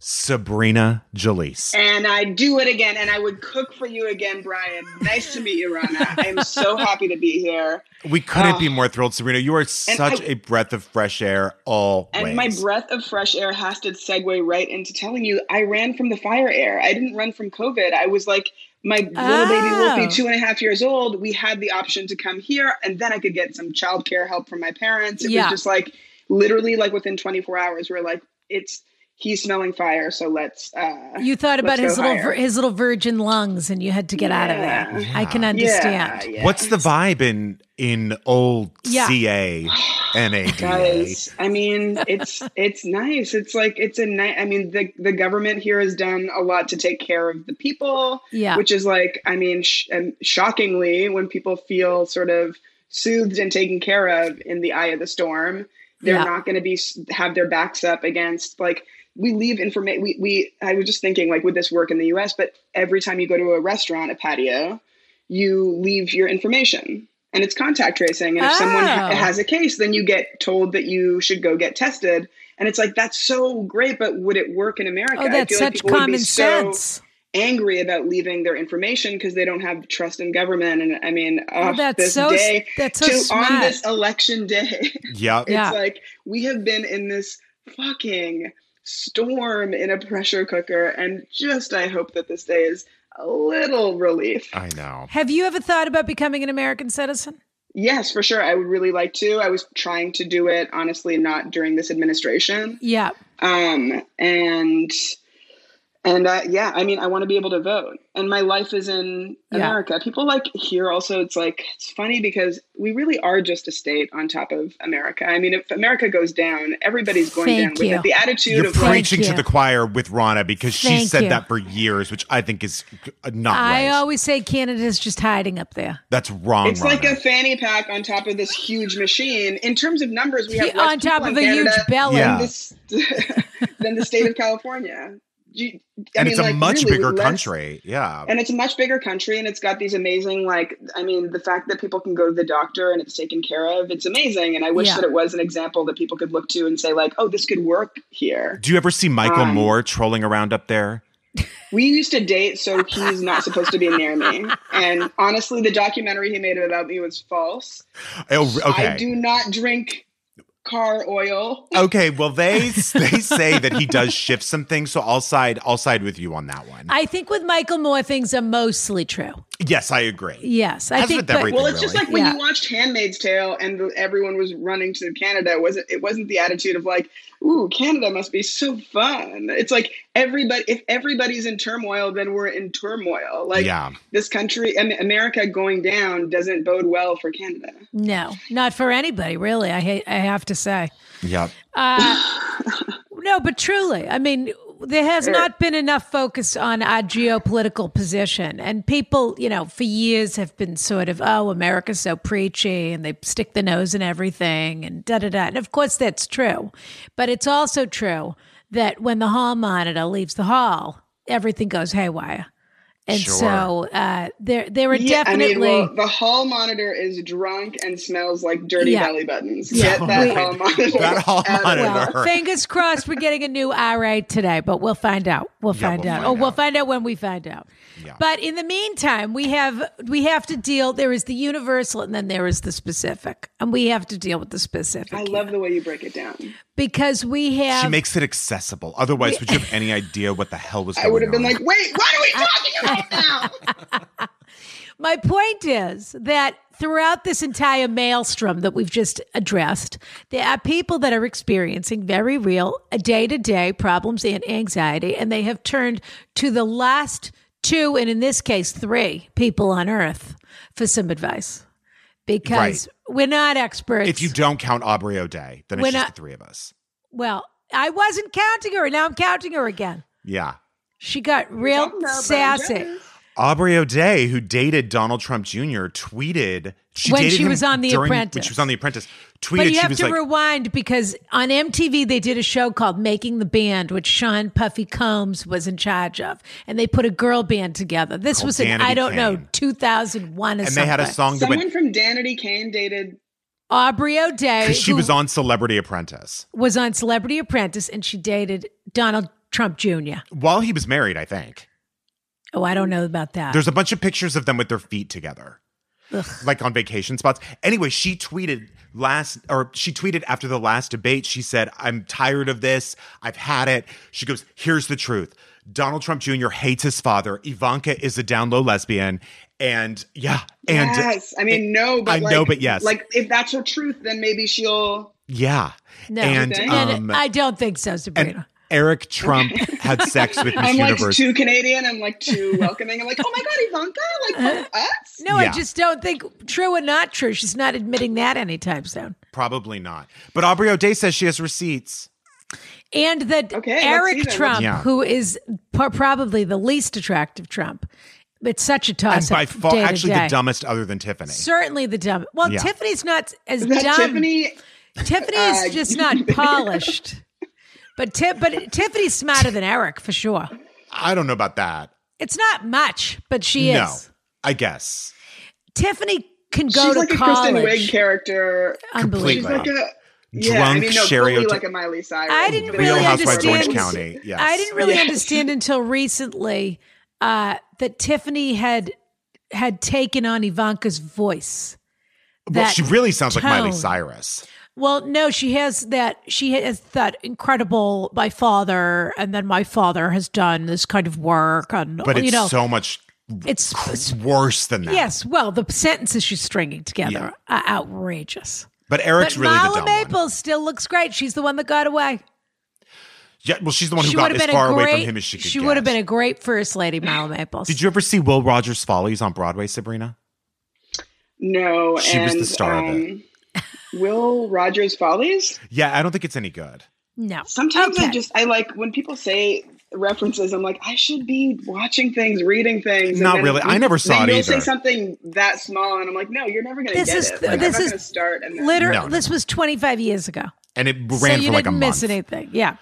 Sabrina Jalise.
And I do it again, and I would cook for you again, Brian. Nice to meet you, Rana. I am so happy to be here.
We couldn't be more thrilled, Sabrina. You are such
I-
a breath of fresh air always.
And my breath of fresh air has to segue right into telling you I ran from the fire air. I didn't run from COVID. I was like, my little baby
Oh.
Wolfie, two and a half years old, we had the option to come here, and then I could get some childcare help from my parents. It
Yeah.
was just like literally, like within 24 hours, we are like, it's he's smelling fire, so let's. Uh,
You thought about
let's go
his little
higher.
vir- his little virgin lungs, and you had to get out of there. I can understand.
Yeah, yeah.
What's the vibe in in old
Yeah.
CA NADA?
guys i mean it's it's nice it's like it's a nice i mean the the government here has done a lot to take care of the people
Yeah.
which is like i mean sh- and shockingly when people feel sort of soothed and taken care of in the eye of the storm they're
Yeah.
not going to be s- have their backs up against like we leave information we, we i was just thinking like would this work in the us but every time you go to a restaurant a patio you leave your information and it's contact tracing and if someone ha-
Oh.
has a case then you get told that you should go get tested and it's like that's so great but would it work in america
Oh, that's such
people would be
common
so
sense.
angry about leaving their information because they don't have trust in government and i mean
Oh,
ugh,
that's
this
so s-
day
that's so
to, on
smart.
this election day
Yep.
Yeah.
it's like we have been in this fucking storm in a pressure cooker and just i hope that this day is a little relief
I know.
Have you ever thought about becoming an American citizen?
Yes, for sure. I would really like to. I was trying to do it, honestly, not during this administration.
Yeah.
Um, and and uh, yeah, I mean, I want to be able to vote, and my life is in
Yeah.
America. People like here also. It's like it's funny because we really are just a state on top of America. I mean, if America goes down, everybody's going down
Thank
with
you.
it. The attitude
You're
of like,
preaching to
you.
the choir with Rana because she
Thank
said
you.
that for years, which I think is not
I
right.
always say Canada's just hiding up there.
That's wrong.
it's like
Rana.
a fanny pack on top of this huge machine. In terms of numbers, we
He-
have less
on top
people
of
in
a huge
Canada
belly.
Yeah.
than this than the state of California. You- I
and it's
mean,
a
like,
much
really,
bigger
with less-
country. Yeah.
and it's a much bigger country, and it's got these amazing like I mean, the fact that people can go to the doctor and it's taken care of, it's amazing. And I wish
Yeah.
that it was an example that people could look to and say like, oh, this could work here.
Do you ever see Michael
Um,
Moore trolling around up there?
We used to date, so he's not supposed to be near me. And honestly, the documentary he made about me was false.
Oh, okay.
I do not drink car oil.
Okay, well they they say that he does shift some things, so I'll side I'll side with you on that one.
I think with Michael Moore, things are mostly true.
yes, I agree.
Yes, I
As
think.
with
but-
everything.
Well, it's just
really.
like when
Yeah.
you watched *Handmaid's Tale* and the, everyone was running to Canada. It wasn't It wasn't the attitude of like, "Ooh, Canada must be so fun." It's like everybody. If everybody's in turmoil, then we're in turmoil. Like
Yeah.
this country, I mean, America going down doesn't bode well for Canada.
no, not for anybody, really. I ha- I have to say.
Yep.
Uh, No, but truly, I mean, there has not been enough focus on our geopolitical position. And people, you know, for years have been sort of, oh, America's so preachy and they stick their nose in everything and da da da. And of course, that's true. But it's also true that when the hall monitor leaves the hall, everything goes haywire. And
Sure.
so uh, there, there are
I mean,
definitely.
well, the hall monitor is drunk and smells like dirty
Yeah.
belly buttons. Get that hall monitor.
That hall
out of-
monitor.
Well, Oh, fingers crossed we're getting a new RA today, but we'll find out. We'll find
we'll
out.
find
oh, we'll
out.
find out when we find out.
Yeah.
But in the meantime, we have we have to deal there is the universal and then there is the specific. And we have to deal with the specific.
I love the way you break it down.
because we have
She makes it accessible. Otherwise, would you have any idea what the hell was going
I
on?
would have been like, "Wait, what are we talking about now?"
My point is that throughout this entire maelstrom that we've just addressed, there are people that are experiencing very real day to day problems and anxiety, and they have turned to the last two, and in this case, three people on earth for some advice because we're not experts.
If you don't count Aubrey O'Day, then it's
When
just
I-
the three of us.
well, I wasn't counting her, and now I'm counting her again.
Yeah.
She got real
talking about Brian
sassy
Jones.
Aubrey O'Day, who dated Donald Trump Jr., tweeted she
When
dated
she
him
was on The
during- When
Apprentice.
she was on The Apprentice, tweeted
But you
she
have
was
to
like,
rewind because on MTV they did a show called Making the Band, which Sean Puffy Combs was in charge of, and they put a girl band together. This
Called
was in
Vanity
I don't know
Kane.
2001 or
and
something.
they had a song that
Someone
went
from Danity Kane dated.
Aubrey O'Day,
because she
who
was on Celebrity Apprentice
was on Celebrity Apprentice, and she dated Donald Trump Jr.
while he was married. I think
Oh, I don't know about that.
there's a bunch of pictures of them with their feet together, like on vacation spots. Anyway, she tweeted last, or she tweeted after the last debate. She said, "I'm tired of this. I've had it." She goes, "Here's the truth." Donald Trump Jr. hates his father. Ivanka is a down low lesbian. And yeah, and
yes, I mean no, but
I
like,
know, but yes.
like if that's her truth, then maybe she'll.
Yeah.
no,
And
Okay.
No, no,
um
I don't think so, Sabrina.
Eric Trump had sex with Miss
I'm like
Universe.
too Canadian. I'm like too welcoming. I'm like, oh my god, Ivanka, like
Uh,
fuck us.
No, I
Yeah.
just don't think true or not true. She's not admitting that anytime soon.
Probably not. But Aubrey O'Day says she has receipts.
And that
Okay, let's see
Eric
then.
Trump,
Yeah.
who is po- probably the least attractive Trump, it's such a toss
And by
up
far,
day to
actually,
day.
the dumbest other than Tiffany.
Certainly the dumb. Well,
Yeah.
Tiffany's not as
Is that
dumb.
Tiffany?
Tiffany is
Uh,
just not polished. But Ti- but Tiffany's smarter than Eric for sure.
I don't know about that.
It's not much, but she
No,
is.
I guess.
Tiffany can go
She's
to
like
college.
a Kristen Wiig character. She's
Completely.
Unbelievable.
like a yeah, I
Drunk
mean, no,
Sherry
fully
O'Ta-
like a Miley Cyrus.
I didn't
But
really
Real Housewives of
understand-
Orange County. Yes.
I didn't really
Yes.
understand until recently uh, that Tiffany had had taken on Ivanka's voice.
Well,
that
she really sounds like Miley
tone.
Cyrus.
Well, no, she has that. She has that incredible. My father, and then my father has done this kind of work on.
But
you
it's
know,
so much
it's, it's
worse than that.
yes. Well, the sentences she's stringing together
Yeah.
are outrageous.
But Eric's
but
really
Marla
the dumb
Maples
one.
still looks great. She's the one that got away.
Yeah, well, she's the one who
she would
got
have
as
been
far
a great.
away from him as she could
would have
get.
been a great first lady, Marla Maples.
Did you ever see Will Rogers' Follies on Broadway, Sabrina?
No,
She
and,
was the star of it.
um, Will Rogers Follies.
Yeah, I don't think it's any good.
No.
Sometimes I
Okay.
just I like when people say references. I'm like, I should be watching things, reading things. and
Not
then-
really. I never saw
then
it
you'll Say
either.
something that small, and I'm like, no, you're never going to
This
get
is-
it. Like,
this
I'm not
is
going to start. And then-
Liter-
No, no,
this was 25 years ago.
And it ran
so you
for
didn't
like a
miss
month.
anything. Yeah.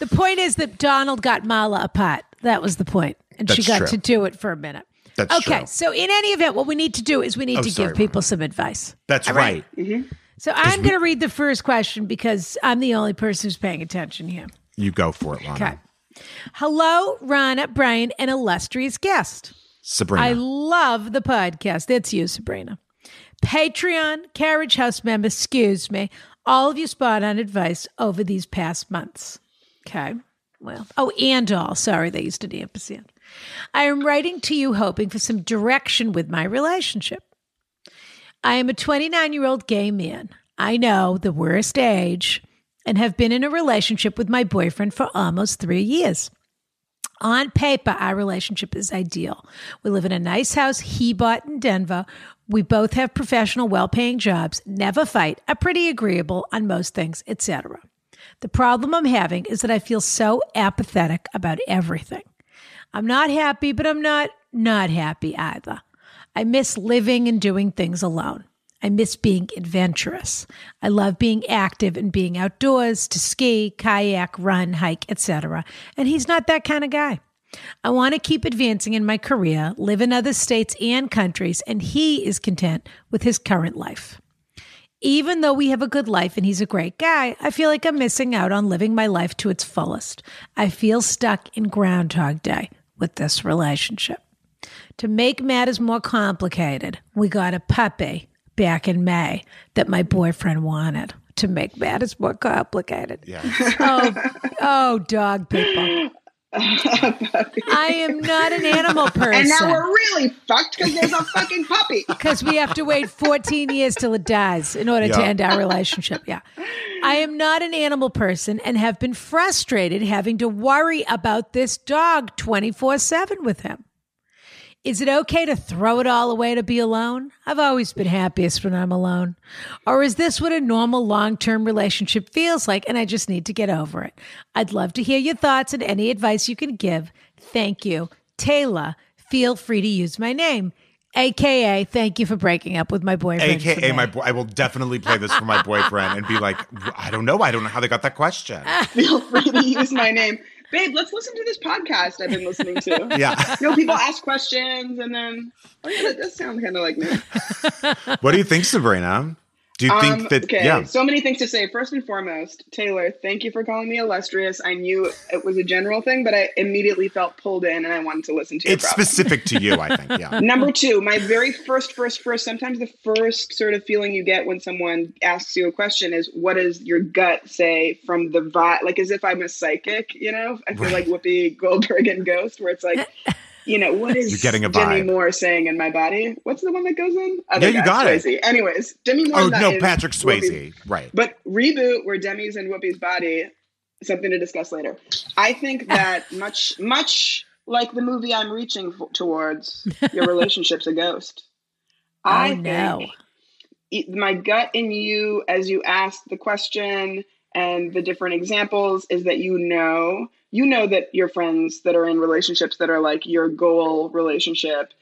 The point is that Donald got Mala a pot. That was the point. And she
That's
got
true.
to do it for a minute.
That's
okay.
true.
So in any event, what we need to do is we need
Oh,
to
sorry,
give people some advice.
That's
All
right.
So I'm going to read the first question because I'm the only person who's paying attention here.
You go for it, Rana.
Okay. Hello, Rana, Brian, an illustrious guest.
Sabrina.
I love the podcast. That's you, Sabrina. Patreon, Carriage House member, excuse me, all of you spot on advice over these past months. Okay. Well, oh, and all. Sorry, they used an ampersand. I am writing to you hoping for some direction with my relationship. I am a 29 year old gay man. I know the worst age and have been in a relationship with my boyfriend for almost three years. On paper, our relationship is ideal. We live in a nice house he bought in Denver. We both have professional, well-paying jobs, never fight, are pretty agreeable on most things, etc. The problem I'm having is that I feel so apathetic about everything. I'm not happy, but I'm not not happy either. I miss living and doing things alone. I miss being adventurous. I love being active and being outdoors to ski, kayak, run, hike, etc. And he's not that kind of guy. I want to keep advancing in my career, live in other states and countries, and he is content with his current life. Even though we have a good life and he's a great guy, I feel like I'm missing out on living my life to its fullest. I feel stuck in Groundhog Day with this relationship. To make matters more complicated, we got a puppy back in May that my boyfriend wanted to make matters more complicated. oh, oh, dog people. I am not an animal person.
Oh, and now we're really fucked because there's a fucking puppy.
Because we have to wait 14 years till it dies in order to
Yeah.
end our relationship. Yeah. I am not an animal person and have been frustrated having to worry about this dog 24 7 with him. Is it okay to throw it all away to be alone? I've always been happiest when I'm alone. Or is this what a normal long term relationship feels like and I just need to get over it? I'd love to hear your thoughts and any advice you can give. Thank you. Taylor, feel free to use my name. AKA, thank you for breaking up with my boyfriend.
AKA
today.
my boy, I will definitely play this for my boyfriend and be like, I don't know, I don't know how they got that question.
Feel free to use my name, babe. Let's listen to this podcast I've been listening to.
Yeah.
No, people ask questions, and then oh yeah, that does sound kind of like me.
What do you think, Sabrina? Do you think that
Um, okay,
yeah?
so many things to say. First and foremost, Taylor, thank you for calling me illustrious. I knew it was a general thing, but I immediately felt pulled in, and I wanted to listen to your
it's
problem.
specific to you, I think. Yeah.
Number two, my very first, first, first, sometimes the first sort of feeling you get when someone asks you a question is what does your gut say from the vibe? Like as if I'm a psychic, you know? I feel like Whoopi Goldberg and Ghost, where it's like, you know, what is
You're getting a
Demi
vibe.
Moore saying in my body? What's the one that goes in? Other
Yeah, you
guy,
got it.
Swayze. Anyways, Demi Moore.
Oh
that
no,
is
Patrick
Whoopi.
Swayze. Right.
But reboot where Demi's in Whoopi's body, something to discuss later. I think that much much like the movie I'm reaching f- towards, your relationship's a ghost. I
Oh, no.
think it- my gut in you as you asked the question and the different examples is that you know you know that your friends that are in relationships that are like your goal relationship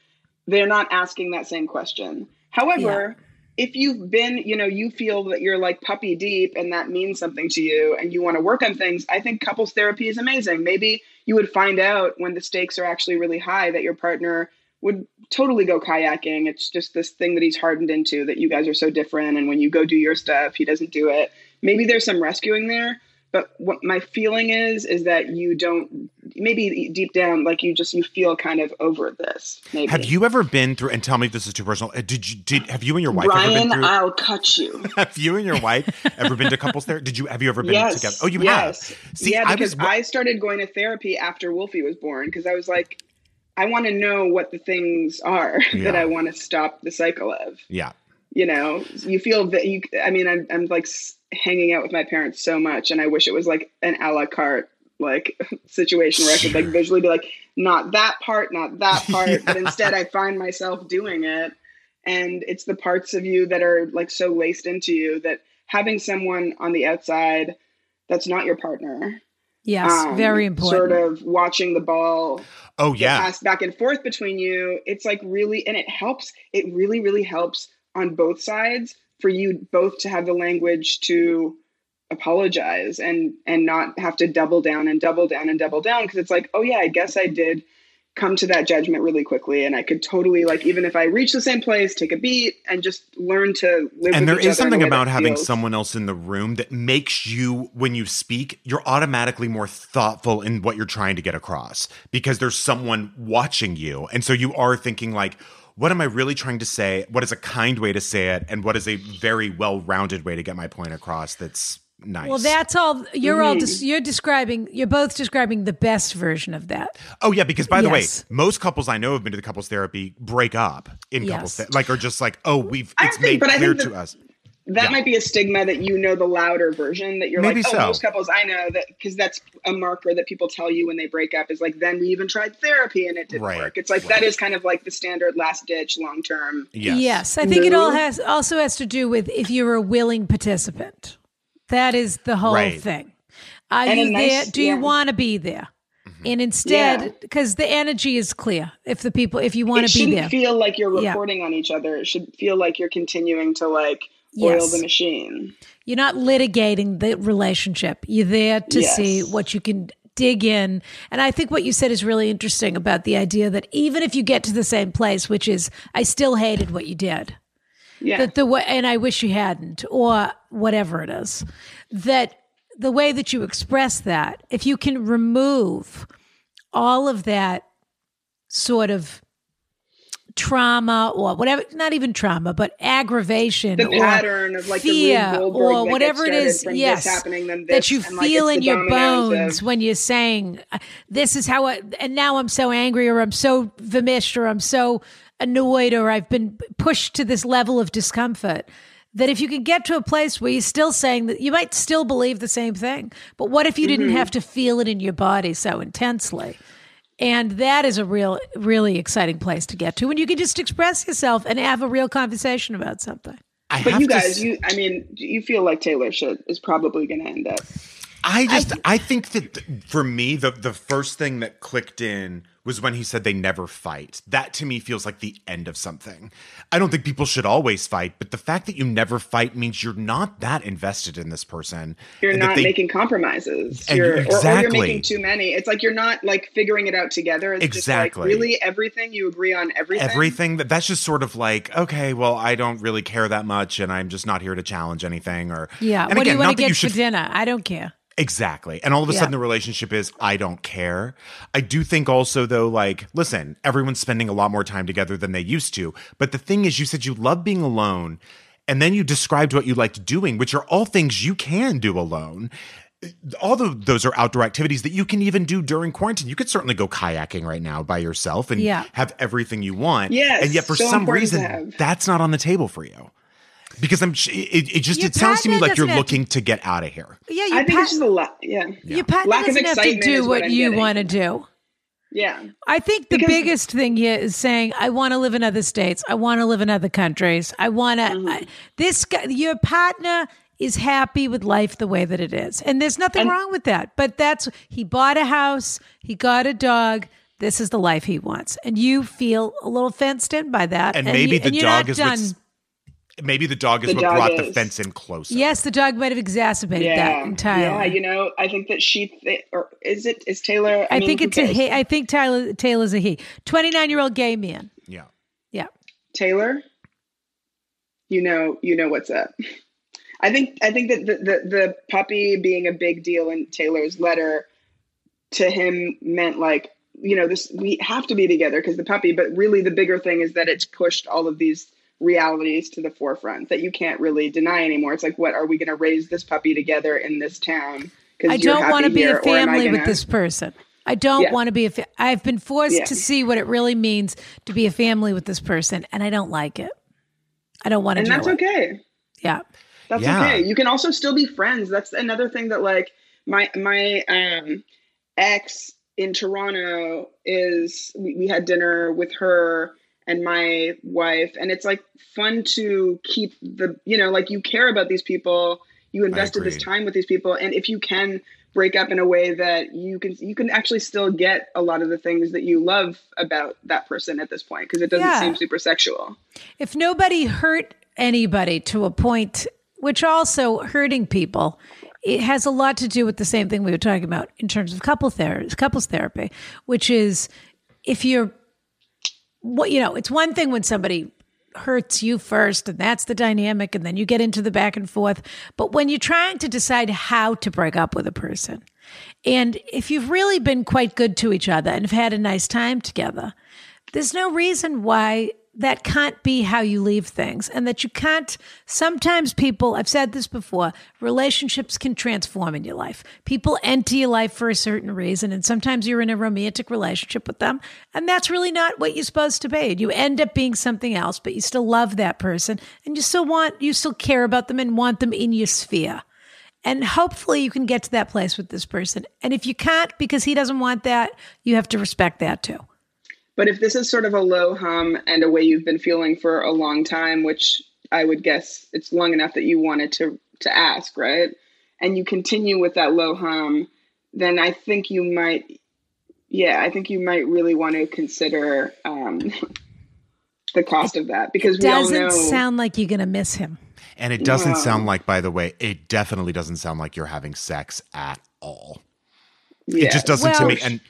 they're not asking that same question however if you've been you know you feel that you're like puppy deep and that means something to you and you want to work on things i think couples therapy is amazing maybe you would find out when the stakes are actually really high that your partner would totally go kayaking. It's just this thing that he's hardened into that you guys are so different. And when you go do your stuff, he doesn't do it. Maybe there's some rescuing there. But what my feeling is, is that you don't, maybe deep down, like you just, you feel kind of over this. Maybe.
Have you ever been through? And tell me if this is too personal. uh, Did you? Did have you and your wife ever been
Brian,
through?
I'll cut you.
have you and your wife ever been to couples therapy? Did you? Have you ever been
yes.
together? Oh, you
yes.
have. See,
yeah,
I
because
was.
I, started going to therapy after Wolfie was born because I was like, I want to know what the things are that
Yeah.
I want to stop the cycle of.
yeah.
you know you feel that you i mean i'm, I'm like s- hanging out with my parents so much and i wish it was like an a la carte like situation where i could like visually be like not that part not that part but instead i find myself doing it and it's the parts of you that are like so laced into you that having someone on the outside that's not your partner
Yes,
um,
very important.
sort of watching the ball
Oh,
get
yeah.
passed back and forth between you it's like really and it helps it really really helps on both sides for you both to have the language to apologize and and not have to double down and double down and double down because it's like oh yeah i guess i did come to that judgment really quickly and i could totally like even if i reach the same place take a beat and just learn to live with
And there is
each other in a
something
way that
about having
feels-
someone else in the room that makes you, when you speak, you're automatically more thoughtful in what you're trying to get across because there's someone watching you. And so you are thinking, like, what am I really trying to say? What is a kind way to say it? And what is a very well rounded way to get my point across that's nice?
well, that's all. You're all. Des- you're describing. You're both describing the best version of that.
Oh yeah, because by the
Yes.
way, most couples I know have been to the couples therapy break up in couples
Yes.
ther- like are just like, oh, we've
I
it's
think-
made
but I think
clear
that-
to us.
that might be a stigma that you know the louder version that you're
Maybe
like oh
so.
most couples i know that because that's a marker that people tell you when they break up is like then we even tried therapy and it didn't
Right,
work it's like that is kind of like the standard last ditch long term
Yes.
I think it all
No.
has also has to do with if you're a willing participant. That is the whole
Right.
thing. Are
And a
you
nice-
there? Do
yeah.
you want to be there?
Mm-hmm.
And
Yeah.
instead, because the energy is clear. If the people, if you want
it
to be
shouldn't
there,
feel like you're
Yeah.
reporting on each other it should feel like you're continuing to like oil
Yes.
the machine
You're not litigating the relationship. You're there to
Yes.
see what you can dig in. And I think what you said is really interesting about the idea that even if you get to the same place, which is, I still hated what you did.
yeah
That the way, and I wish you hadn't, or whatever it is, that the way that you express that, if you can remove all of that sort of trauma or whatever, not even trauma, but aggravation,
the
or
pattern of like
fear
the Rube Goldberg that
or
gets
whatever it
started
is,
from this
yes,
happening then this,
that you
and, like,
feel
it's
in
the
your
dominoes of-
bones when you're saying, uh, "This is how," I, and now I'm so angry, or I'm so vimish, or I'm so annoyed, or I've been pushed to this level of discomfort. That if you can get to a place where you're still saying that you might still believe the same thing, but what if you didn't have to feel it in your body so intensely? And that is a real, really exciting place to get to when you can just express yourself and have a real conversation about something.
I
but
have
you
to
guys
s-
you i mean you feel like taylor shit is probably going to end up
I just I, think that th- for me the the first thing that clicked in was when he said they never fight. That to me feels like the end of something. I don't think people should always fight, but the fact that you never fight means you're not that invested in this person.
you're
and that
not
they-
making compromises.
And
You're, or, or you're
exactly.
making too many. It's like you're not like figuring it out together. It's
Exactly.
just like really everything you agree on everything.
everything that that's just sort of like okay well i don't really care that much and i'm just not here to challenge anything or
Yeah.
and
what do
again,
you want
not
to
that
get
should
for dinner? I don't care.
Exactly. And all of a
Yeah.
sudden the relationship is I don't care. I do think also though like listen, everyone's spending a lot more time together than they used to, but the thing is you said you love being alone and then you described what you liked doing, which are all things you can do alone. All tho- those are outdoor activities that you can even do during quarantine. You could certainly go kayaking right now by yourself and
Yeah.
have everything you want.
Yes,
and yet for
so
some
important to
reason
have.
that's not on the table for you. because I'm. It, it just
Your
it sounds to me
partner
like you're
doesn't have-
looking to get out of here.
Yeah,
I
your,
think
pat-
it's just a lot. Yeah.
your partner
Lack of
doesn't have to
excitement
do
is what
what
I'm
you
getting.
want to do.
Yeah.
I think the
Because-
biggest thing here is saying, I want to live in other states. I want to live in other countries. I want to.
Mm-hmm.
I- This guy, your partner is happy with life the way that it is. And there's nothing wrong with that. But that's, he bought a house, he got a dog. This is the life he wants. And you feel a little fenced in by that.
And maybe
you-
the
you're
dog
not
is
done.
what's- Maybe the dog is
The
what
dog
brought the
is.
fence in closer.
Yes, the dog might have exacerbated that
Yeah,
entirely.
you know, I think that she th- or is it is Taylor?
I,
mean,
think
who
it's a
cares?
he. I think Tyler Taylor's a he. Twenty nine year old gay man.
Yeah.
Yeah.
Taylor. You know, you know what's up. I think I think that the, the the puppy being a big deal in Taylor's letter to him meant like you know this we have to be together because the puppy. But really, the bigger thing is that it's pushed all of these realities to the forefront that you can't really deny anymore. It's like, what are we going to raise this puppy together in this town?
I
Because
don't want to be a family with
gonna...
this person. I don't
Yeah.
want to be a. Fa- I've been forced
Yeah.
to see what it really means to be a family with this person, and I don't like it. I don't want to.
and that's
do it.
okay.
Yeah.
That's
Yeah.
okay. You can also still be friends. That's another thing that like my my um ex in Toronto is we, we had dinner with her and my wife and it's like fun to keep the you know like you care about these people you invested this
agree.
time with these people and if you can break up in a way that you can you can actually still get a lot of the things that you love about that person at this point because it doesn't
Yeah.
seem super sexual
If nobody hurt anybody to a point, which also hurting people, it has a lot to do with the same thing we were talking about in terms of couple ther- couples therapy, which is if you're what you know, it's one thing when somebody hurts you first and that's the dynamic and then you get into the back and forth, but when you're trying to decide how to break up with a person, and if you've really been quite good to each other and have had a nice time together, there's no reason why that can't be how you leave things and that you can't sometimes people i've said this before relationships can transform in your life people enter your life for a certain reason and sometimes you're in a romantic relationship with them and that's really not what you're supposed to be you end up being something else but you still love that person and you still want you still care about them and want them in your sphere and hopefully you can get to that place with this person and if you can't because he doesn't want that you have to respect that too
But if this is sort of a low hum and a way you've been feeling for a long time, which I would guess it's long enough that you wanted to to ask, right? And you continue with that low hum, then I think you might, yeah, I think you might really want to consider um, the cost of that because we all know.
doesn't sound like you're going to miss him.
And it doesn't sound like, by the way, it definitely doesn't sound like you're having sex at all.
yeah.
It just doesn't to
Well,
me. And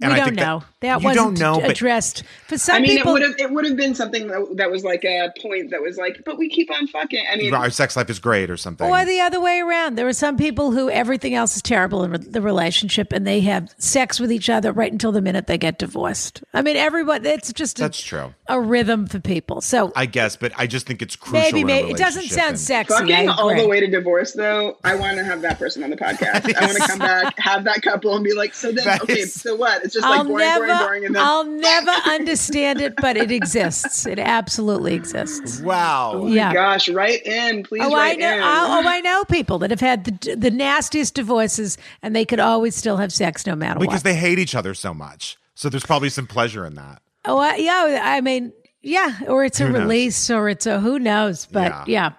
and
we
I
don't
think
know. That,
you
wasn't
don't know, but
addressed. For some
I mean, it
people,
would have it would have been something that, that was like a point that was like, but we keep on fucking. I mean,
our sex life is great or something.
or the other way around. There are some people who everything else is terrible in re- the relationship, and they have sex with each other right until the minute they get divorced. I mean, everyone. It's just a,
That's true.
a rhythm for people. So
I guess, but I just think it's crucial.
maybe,
in a
maybe it doesn't
relationship
sound
and-
sexy. I
Fucking all
agree.
the way to divorce, though, I want to have that person on the podcast. I want to come back, have that couple, and be like, so then,
That
okay,
is-
so what? It's just
I'll
like boring,
never,
boring, boring, and then oh
I'll never understand it, but it exists. It absolutely exists.
Wow.
yeah.
gosh, right in, please,
Oh, I
right
know.
in.
Oh, oh, I know people that have had the the nastiest divorces, and they could always still have sex no matter
Because
what.
they hate each other so much. So there's probably some pleasure in that.
oh, I, yeah. I mean, yeah. Or it's a
knows?
release, or it's a who knows. But yeah.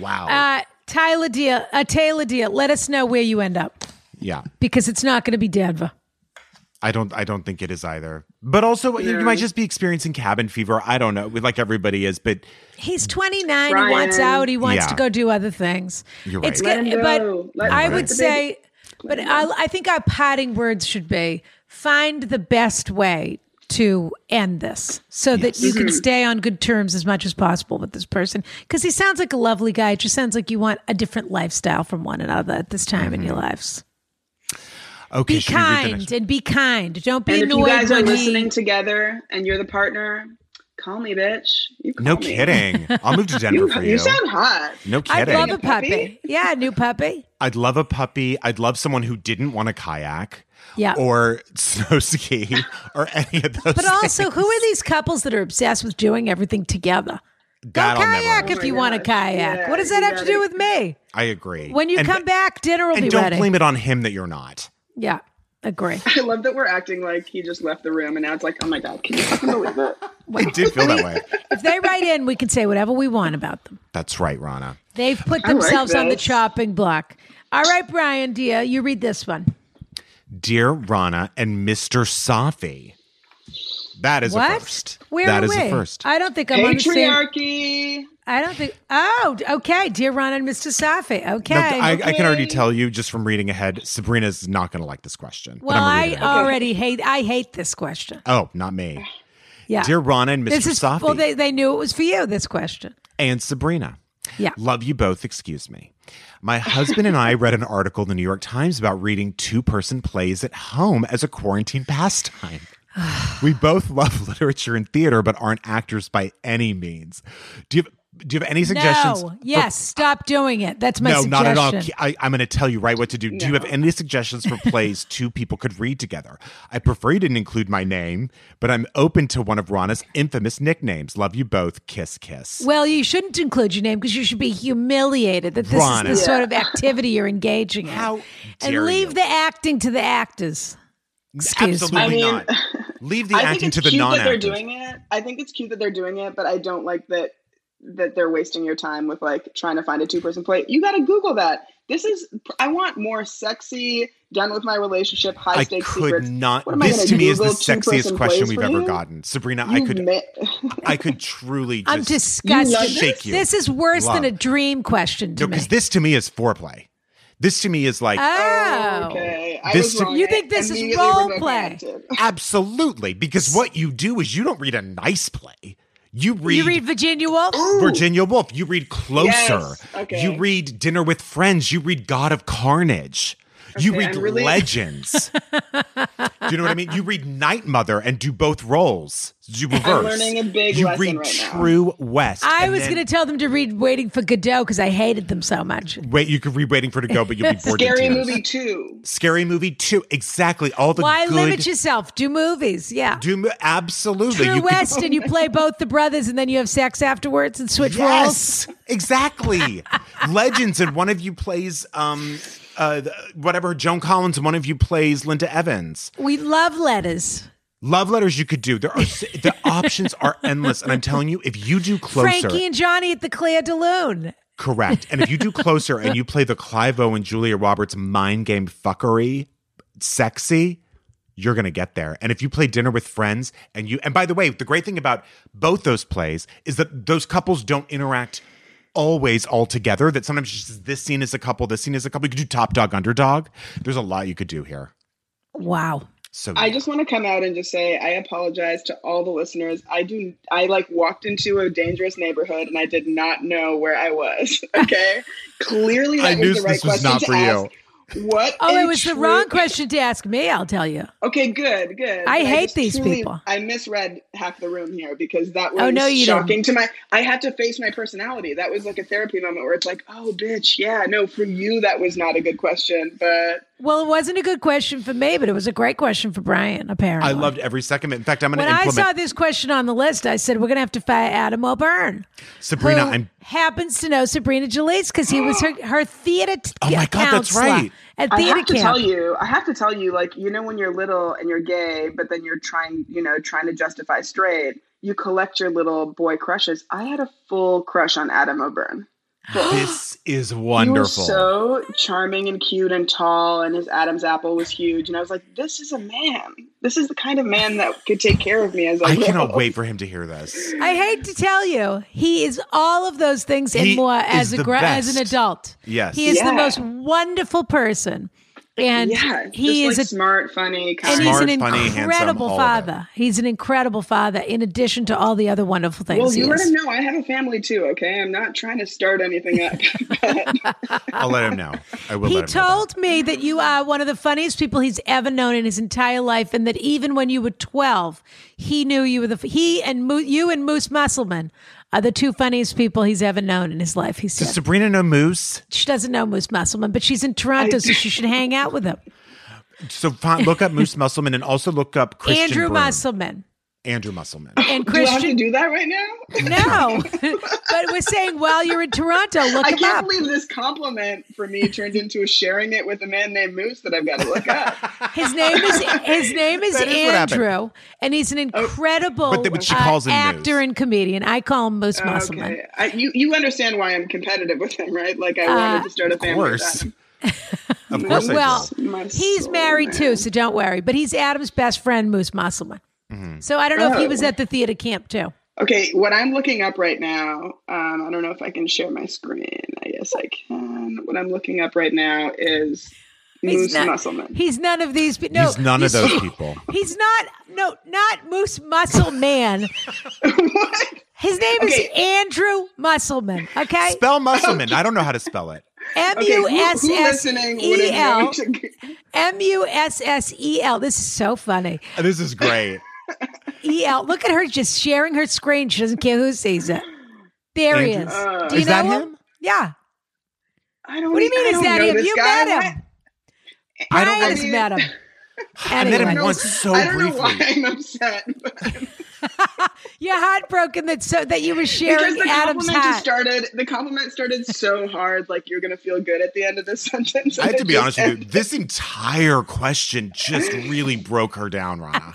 Wow.
Uh, Tyler Deal, uh, Taylor Deal, let us know where you end up
yeah.
because it's not going to be Denver.
I don't I don't think it is either. But also you might just be experiencing cabin fever. I don't know. Like everybody is, but
He's 29. He
Brian.
wants out. He wants
Yeah.
to go do other things.
You're
It's
right.
good,
Let him go.
but
Let-
I
let
would
the
say, but I, I think our parting words should be find the best way to end this so that you
Mm-hmm.
can stay on good terms as much as possible with this person. Because he sounds like a lovely guy. It just sounds like you want a different lifestyle from one another at this time in your
Mm-hmm.
lives.
okay.
Be
should we read the next-
kind and be kind. Don't be
and if
annoyed
you guys are
when he-
listening together and you're the partner, call me, bitch. You call
No
me.
kidding. I'll move to Denver
You,
for you.
you sound hot.
no
I'd
kidding.
love a
Puppy?
puppy. Yeah, a new puppy.
I'd love a puppy. I'd love someone who didn't want a kayak.
Yeah.
Or snow ski or any of those.
But also, who are these couples that are obsessed with doing everything together?
that
Go
I'll never.
kayak
Understand.
if you
my
want to
gosh.
kayak.
Yeah,
what does that
you
have to
got
do
it.
with me?
I agree.
When you
And-
come back, dinner will
and
be
don't
ready.
blame it on him that you're not.
Yeah, agree.
I love that we're acting like he just left the room and now it's like, oh my God, can you fucking believe it?
It did feel that way.
if they write in, we can say whatever we want about them.
That's right, Rana.
They've put
like
themselves on the
this.
chopping block. All right, Brian, dear, you read this one.
Dear Rana and Mr. Safi. That is a first.
What? Where
That
are
is
we?
a first.
I don't think I'm on the same.
Patriarchy.
I don't think. Oh, okay, dear Ron and Mr. Safi. Okay.
No, I, I can already tell you just from reading ahead, Sabrina's not going to like this question. but
well,
I'm gonna
I uh,
read it.
already hate. I hate this question.
Oh, not me.
Yeah.
Dear Rana and Mr.
this is
Safi
well. They they knew it was for you. This question.
and Sabrina.
Yeah.
Love you both, excuse me. My husband and I read an article in the New York Times about reading two person plays at home as a quarantine pastime. we both love literature and theater, but aren't actors by any means. Do you have, do you have any suggestions?
No.
for-
Yes. stop doing it. That's my
no,
suggestion.
not at all. I, I'm going to tell you right what to do. Do you have any suggestions for plays two people could read together? I prefer you didn't include my name, but I'm open to one of Rana's infamous nicknames. Love you both. Kiss, kiss.
Well, you shouldn't include your name because you should be humiliated that this
Rana.
is the sort of activity you're engaging in.
How dare
and leave
you.
the acting to the actors. Excuse
Absolutely
me.
I mean,
not. Leave the
I
acting
think
to
it's
the
cute that they're
non-actors.
doing it. I think it's cute that they're doing it, but I don't like that that they're wasting your time with like trying to find a two-person play. You got to Google that. This is. I want more sexy, done with my relationship,
I
high-stakes
could
secrets.
not.
What am I
This
gonna
to me is the
Google two-person
sexiest question
plays
we've
for
ever
you?
gotten, Sabrina. I
You
could,
ma-
I could truly. Just,
I'm disgusted.
You love
Shake you.
This is worse
Love.
than a dream question to
no,
me.
because this to me is foreplay. This to me is like
oh.
okay. I
This-
was wrong.
You think
I
this is
immediately
role
revoked my
play?
active.
absolutely because what you do is you don't read a nice play. You read,
You read Virginia Woolf?
Virginia Woolf. You read Closer.
Oh. Yes, okay.
You read Dinner with Friends. You read God of Carnage. you
Okay,
read
I'm really-
Legends. do you know what I mean? You read Night Mother and do both roles. You reverse.
learning a big
You
lesson
read
right now.
True West.
I
and
was
then-
going to tell them to read Waiting for Godot because I hated them so much.
wait. You could read Waiting for It to Go, but you'll be bored. to
Scary
tears.
movie two.
Scary movie two. Exactly. All the
Why
good.
limit yourself? Do movies. Yeah.
do mo- absolutely.
True
you could-
West, and you play both the brothers, and then you have sex afterwards and switch roles.
Yes, exactly. Legends, and one of you plays um, uh, the- whatever Joan Collins, and one of you plays Linda Evans.
We love letters.
Love letters you could do. There are s- the options are endless, and I'm telling you, if you do closer,
Frankie and Johnny at the Claire de Lune.
correct, and if you do closer, and you play the Clive Owen Julia Roberts mind game fuckery, sexy. You're gonna get there, and if you play dinner with friends, and you, and by the way, the great thing about both those plays is that those couples don't interact always all together. That sometimes it's just this scene is a couple, this scene is a couple. You could do top dog, underdog. There's a lot you could do here.
Wow.
So
I just want to come out and just say I apologize to all the listeners. I do I like walked into a dangerous neighborhood and I did not know where I was. Okay. Clearly that
I knew
was the right
this was
question
not
to
for
ask. What
Oh,
a
it was the
true-
wrong question to ask me, I'll tell you.
Okay, good, good.
I
But
hate
just
these people.
I misread half the room here because that was
Oh, no, you
shocking to my I had to face my personality. That was like a therapy moment where it's like, "Oh, bitch, yeah, no, for you that was not a good question, but
Well, it wasn't a good question for me, but it was a great question for Brian, apparently.
I loved every second. of it. In fact, I'm gonna
when I
implement
saw this question on the list, I said, we're going to have to fire Adam O'Byrne.
Sabrina.
who
I'm
happens to know Sabrina Jalise because he was her, her theater t-
Oh my God, that's
counselor
right.
At
I
theater
have to
camp.
tell you, I have to tell you, like you know, when you're little and you're gay, but then you're trying, you know, trying to justify straight, you collect your little boy crushes. I had a full crush on Adam O'Byrne.
this is
He
wonderful.
was so charming and cute and tall, and his Adam's apple was huge. And I was like, this is a man. This is the kind of man that could take care of me as I,
I cannot
grow."
wait for him to hear this.
I hate to tell you, he is all of those things and
He
more
is
as a
the
gr- as an
best.
adult.
Yes.
he is the
Yeah.
most wonderful person, and
Yeah,
he
just,
is
like,
a
smart, funny, kind.
and
Smart,
he's an
funny, handsome,
incredible
all of it.
father. He's an incredible father, in addition to all the other wonderful things.
well,
he
you let
is.
him know I have a family too. Okay, I'm not trying to start anything up.
I'll let him know. I will.
He
let him know that.
told me that you are one of the funniest people he's ever known in his entire life, and that even when you were twelve, he knew you were the he and Mo- you and Moose Musselman are the two funniest people he's ever known in his life. He
Does
said
Sabrina know Moose?
she doesn't know Moose Musselman, but she's in Toronto, so she should hang out with him.
So fi- look up Moose Musselman and also look up Christian
Andrew
Broom.
Musselman.
Andrew Musselman.
And
Do I have to
Christian,
do that right now?
no, but we're saying while you're in Toronto, look
I
him
can't
up.
believe this compliment for me turned into sharing it with a man named Moose that I've got to look up.
His name is his name is,
That is what happened.
Andrew, and he's an
Oh.
incredible uh,
But they- but she calls him
actor
Moose.
and comedian. I call him Moose Musselman.
Okay, I, you you understand why I'm competitive with him, right? Like I wanted to start a
of
family.
course.
With
of course I
Uh, well,
do.
Adam. My
He's
soul,
married
man.
too, so don't worry. But he's Adam's best friend, Moose Musselman.
Mm-hmm.
So I don't know
Oh.
if he was at the theater camp too.
Okay, what I'm looking up right now, um, I don't know if I can share my screen. I guess I can. What I'm looking up right now is Moose
not-
Musselman.
He's none of these. pe- No,
He's none of
you
those
see-
people.
He's not. No, not Moose Musselman.
what?
His name
Okay.
is Andrew Musselman. Okay,
Spell Musselman. I don't know how to spell it.
M
Okay, who,
U
who
S S
listening would
E L
have known to-
M U S S E L. This is so funny.
This is great.
E L. Look at her just sharing her screen. She doesn't care who sees it. There he
Andrew-
is.
Uh,
do you
is
know
that
him? Yeah.
I don't.
What do you mean?
I
Is
don't
that
know
him?
this
You
guy.
met
Why-
him.
I don't-
Brian
I
has
mean-
met him.
I met
Anyway.
him once so
I don't know why
briefly.
I'm upset. but-
You're heartbroken that so that you were
Because
sharing
the
Adam's
compliment
hat.
just started. The compliment started so hard, like you're gonna feel good at the end of this sentence.
I have to
and
be
it
honest
just
with you. This entire question just really broke her down, Rana.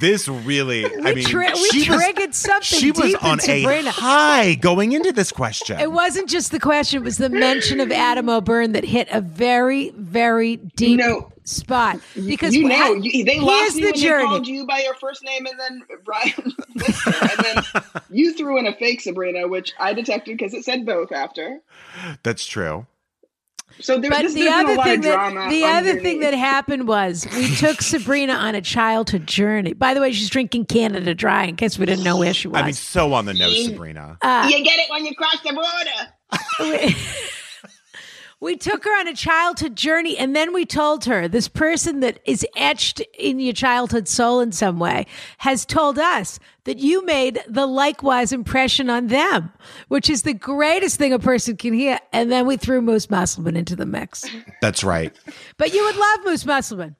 This really, I mean,
Tri- we
she was,
triggered something
she was
deep in
on a
Sabrina.
high going into this question.
it wasn't just the question; it was the mention of Adam O'Byrne that hit a very, very deep
know-
spot. Because
you
we-
know, you, they
here's
lost you
the
when they called
journey.
you by your first name, and then Brian, Lister, and then you threw in a fake Sabrina, which I detected because it said both after.
That's true.
So there,
But
this,
the
there's been
other
a lot
thing
of drama.
that the other
underneath.
thing that happened was we took Sabrina on a childhood journey. By the way, she's drinking Canada Dry in case we didn't know where she was.
I mean, so on the nose, Sabrina.
uh,
you get it when you cross the border.
we, we took her on a childhood journey and then we told her this person that is etched in your childhood soul in some way has told us that you made the likewise impression on them which is the greatest thing a person can hear and then we threw moose musselman into the mix
That's right.
but you would love moose musselman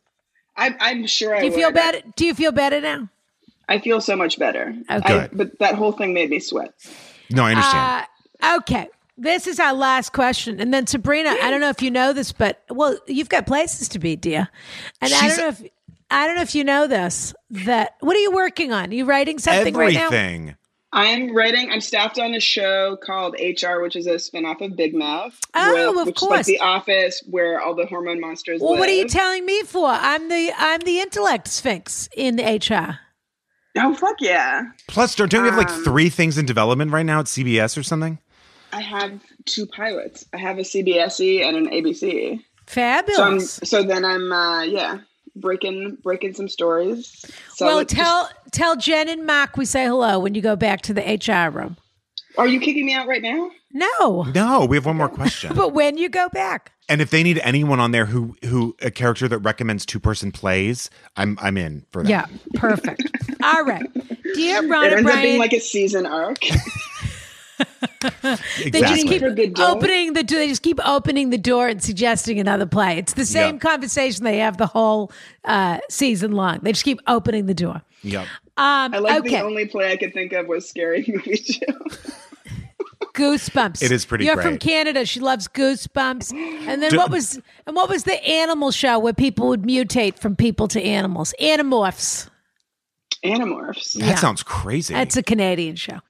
I, I'm sure. I
do you feel
would.
better do you feel better now
I feel so much better.
Okay.
I, but that whole thing made me sweat.
No, I understand.
Uh, okay this is our last question. And then Sabrina, I don't know if you know this, but well, you've got places to be, dear. And I
She's-
don't know if I don't know if you know this. That what are you working on? Are you writing something right now?
Everything.
I'm writing. I'm staffed on a show called HR, which is a spinoff of Big Mouth.
Oh, of
which
course.
Is like the Office, where all the hormone monsters.
Well, what are you
live.
telling me for? I'm the I'm the intellect sphinx in HR.
Oh fuck yeah!
Plus, don't, don't you have like
Um,
three things in development right now at CBS or something?
I have two pilots. I have a CBSE E and an ABC. So I'm,
Fabulous.
so then I'm uh, yeah breaking breaking some stories. So
well,
it's just-
tell tell Jen and Mark we say hello when you go back to the HR room.
are you kicking me out right now?
No,
No, we have one more question.
but when you go back,
and if they need anyone on there who who a character that recommends two person plays, I'm I'm in for that.
yeah, perfect. All right, dear Ron
it ends up
O'Brien.
being like a season arc.
They
exactly.
just keep
For good joke.
opening the door. They just keep opening the door and suggesting another play. It's the same
Yeah.
conversation they have the whole uh, season long. They just keep opening the door.
yep.
Um,
I like
okay,
the only play I could think of was Scary Movie Two.
Goosebumps.
It is pretty
You're
great.
from Canada. She loves Goosebumps. And then what was and what was the animal show where people would mutate from people to animals? Animorphs.
Animorphs.
That sounds crazy.
That's a Canadian show.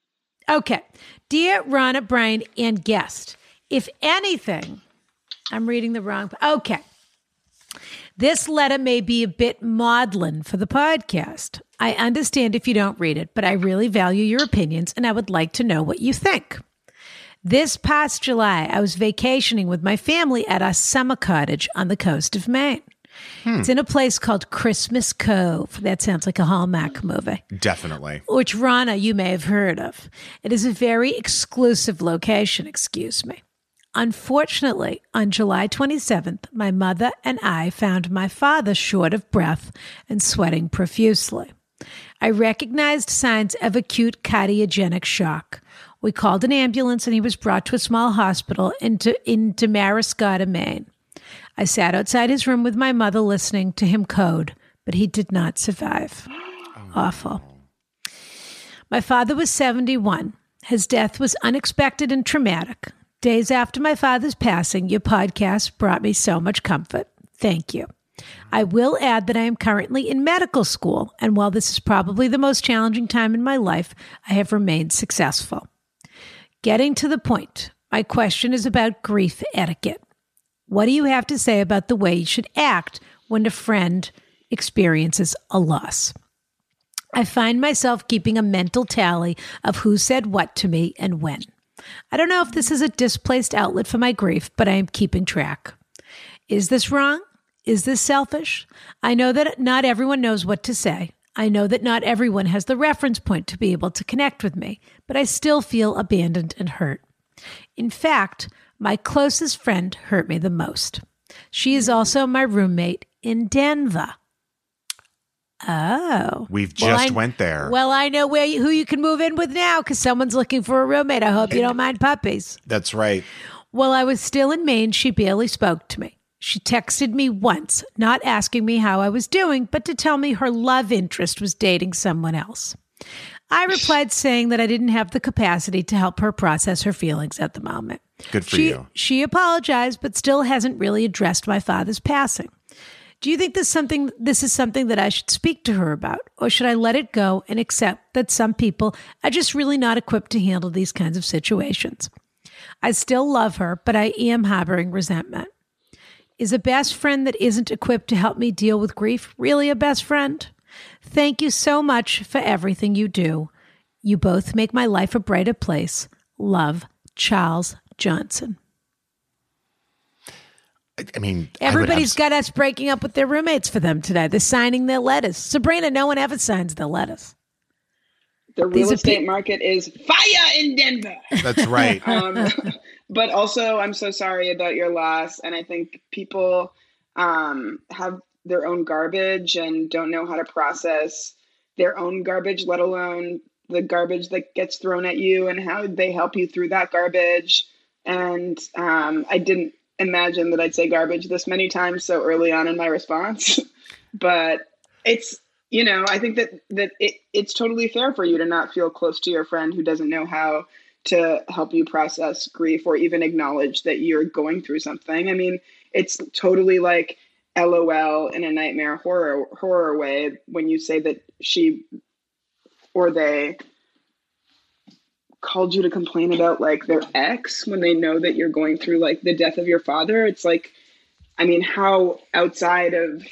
Okay. Dear Ron O'Brien and guest, if anything, I'm reading the wrong. Okay. This letter may be a bit maudlin for the podcast. I understand if you don't read it, but I really value your opinions and I would like to know what you think. This past July, I was vacationing with my family at our summer cottage on the coast of Maine. It's in a place called Christmas Cove. That sounds like a Hallmark movie
Definitely.
which Rana you may have heard of. It is a very exclusive location, excuse me. Unfortunately, on July 27th, my mother and I found my father short of breath and sweating profusely. I recognized signs of acute cardiogenic shock. We called an ambulance and he was brought to a small hospital in, De- in Damariscotta, Maine. I sat outside his room with my mother listening to him code, but he did not survive. Awful. My father was 71. His death was unexpected and traumatic. Days after my father's passing, your podcast brought me so much comfort. Thank you. I will add that I am currently in medical school, and while this is probably the most challenging time in my life, I have remained successful. Getting to the point, my question is about grief etiquette. What do you have to say about the way you should act when a friend experiences a loss? I find myself keeping a mental tally of who said what to me and when. I don't know if this is a displaced outlet for my grief, but I am keeping track. Is this wrong? Is this selfish? I know that not everyone knows what to say. I know that not everyone has the reference point to be able to connect with me, but I still feel abandoned and hurt. In fact, my closest friend hurt me the most. She is also my roommate in Denver. Oh.
We've
Well,
just
I-
went there.
Well, I know where you, who you can move in with now because someone's looking for a roommate. I hope you don't mind puppies.
That's right.
While I was still in Maine, she barely spoke to me. She texted me once, not asking me how I was doing, but to tell me her love interest was dating someone else. I replied saying that I didn't have the capacity to help her process her feelings at the moment.
Good for
she,
you.
She apologized, but still hasn't really addressed my father's passing. Do you think this something this is something that I should speak to her about, or should I let it go and accept that some people are just really not equipped to handle these kinds of situations? I still love her, but I am harboring resentment. Is a best friend that isn't equipped to help me deal with grief really a best friend? Thank you so much for everything you do. You both make my life a brighter place. Love, Charles Johnson.
I, I mean,
Everybody's
everybody's
got us breaking up with their roommates for them today. They're signing their letters. Sabrina, no one ever signs their letters.
The
These
real
are
estate
pe-
market is fire in Denver.
That's right.
um, but also i'm so sorry about your loss and i think people um, have their own garbage and don't know how to process their own garbage let alone the garbage that gets thrown at you and how they help you through that garbage and um, i didn't imagine that i'd say garbage this many times so early on in my response but it's you know i think that that it, it's totally fair for you to not feel close to your friend who doesn't know how to help you process grief or even acknowledge that you're going through something i mean it's totally like lol in a nightmare horror horror way when you say that she or they called you to complain about like their ex when they know that you're going through like the death of your father it's like i mean how outside of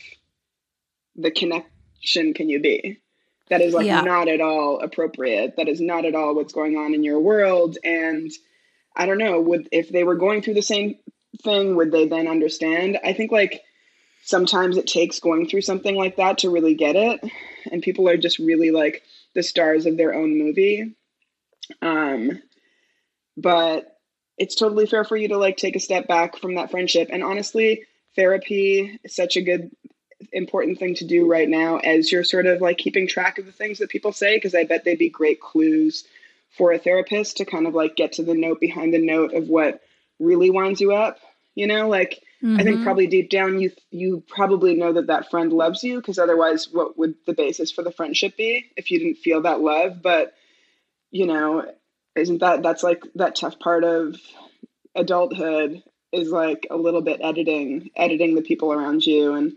the connection can you be? That is like
Yeah.
not at all appropriate. That is not at all what's going on in your world. And I don't know, would if they were going through the same thing, would they then understand? I think like sometimes it takes going through something like that to really get it. And people are just really like the stars of their own movie. Um but it's totally fair for you to like take a step back from that friendship. And honestly, therapy is such a good important thing to do right now as you're sort of like keeping track of the things that people say because i bet they'd be great clues for a therapist to kind of like get to the note behind the note of what really winds you up you know like i
Mm-hmm.
Mm-hmm.
think probably deep down you you probably know that that friend loves you because otherwise what would the basis for the friendship be if you didn't feel that love but you know isn't that that's like that tough part of adulthood is like a little bit editing editing the people around you and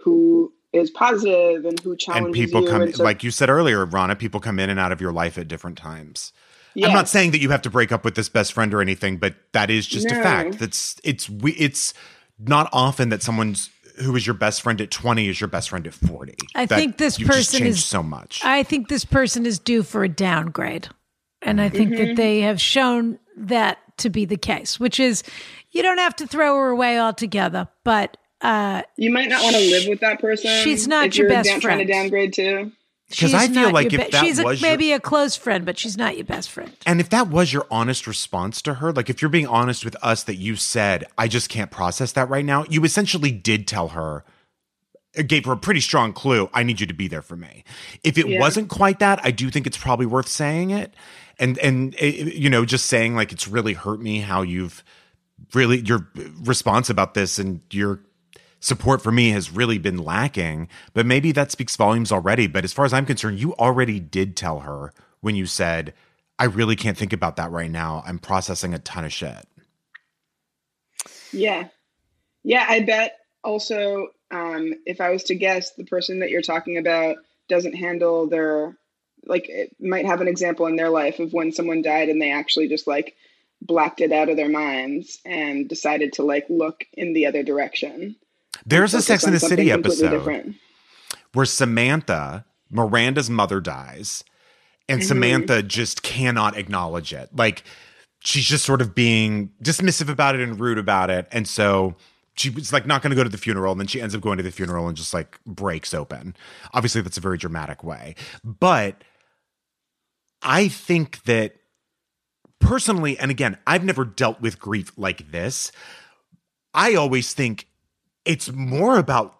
who is positive and who challenges
and people
you
come,
and so-
like you said earlier, Rana, people come in and out of your life at different times. I'm
Yeah.
not saying that you have to break up with this best friend or anything, but that is just a
No.
fact. That's it's we it's not often that someone's who is your best friend at 20 is your best friend at 40.
I
That-
think this
you've just
person
changed
is-
so much.
I think this person is due for a downgrade. And I think
Mm-hmm.
that they have shown that to be the case, which is you don't have to throw her away altogether, but uh,
You might not want to live with that person.
She's not
if
your
you're
best
down- Trying
friend.
to downgrade too.
Because I
she's
feel
not
like
your
if
be-
that
she's a,
was your-
maybe a close friend, but she's not your best friend.
And if that was your honest response to her, like if you're being honest with us that you said, I just can't process that right now, you essentially did tell her, it gave her a pretty strong clue, I need you to be there for me. If it
Yeah.
wasn't quite that, I do think it's probably worth saying it. And, and, eh, you know, just saying like it's really hurt me how you've really, your response about this and your support for me has really been lacking. But maybe that speaks volumes already. But as far as I'm concerned, you already did tell her when you said, I really can't think about that right now. I'm processing a ton of shit.
Yeah. Yeah, I bet also um, if I was to guess, the person that you're talking about doesn't handle their, like, it might have an example in their life of when someone died and they actually just, like, blacked it out of their minds and decided to, like, look in the other direction.
There's a
Focus
Sex in
on
the
something
City
completely
episode
different.
where Samantha, Miranda's mother, dies,
Mm-hmm.
and Samantha just cannot acknowledge it. Like she's just sort of being dismissive about it and rude about it. And so she was like not going to go to the funeral. And then she ends up going to the funeral and just like breaks open. Obviously, that's a very dramatic way. But I think that personally, and again, I've never dealt with grief like this. I always think it's more about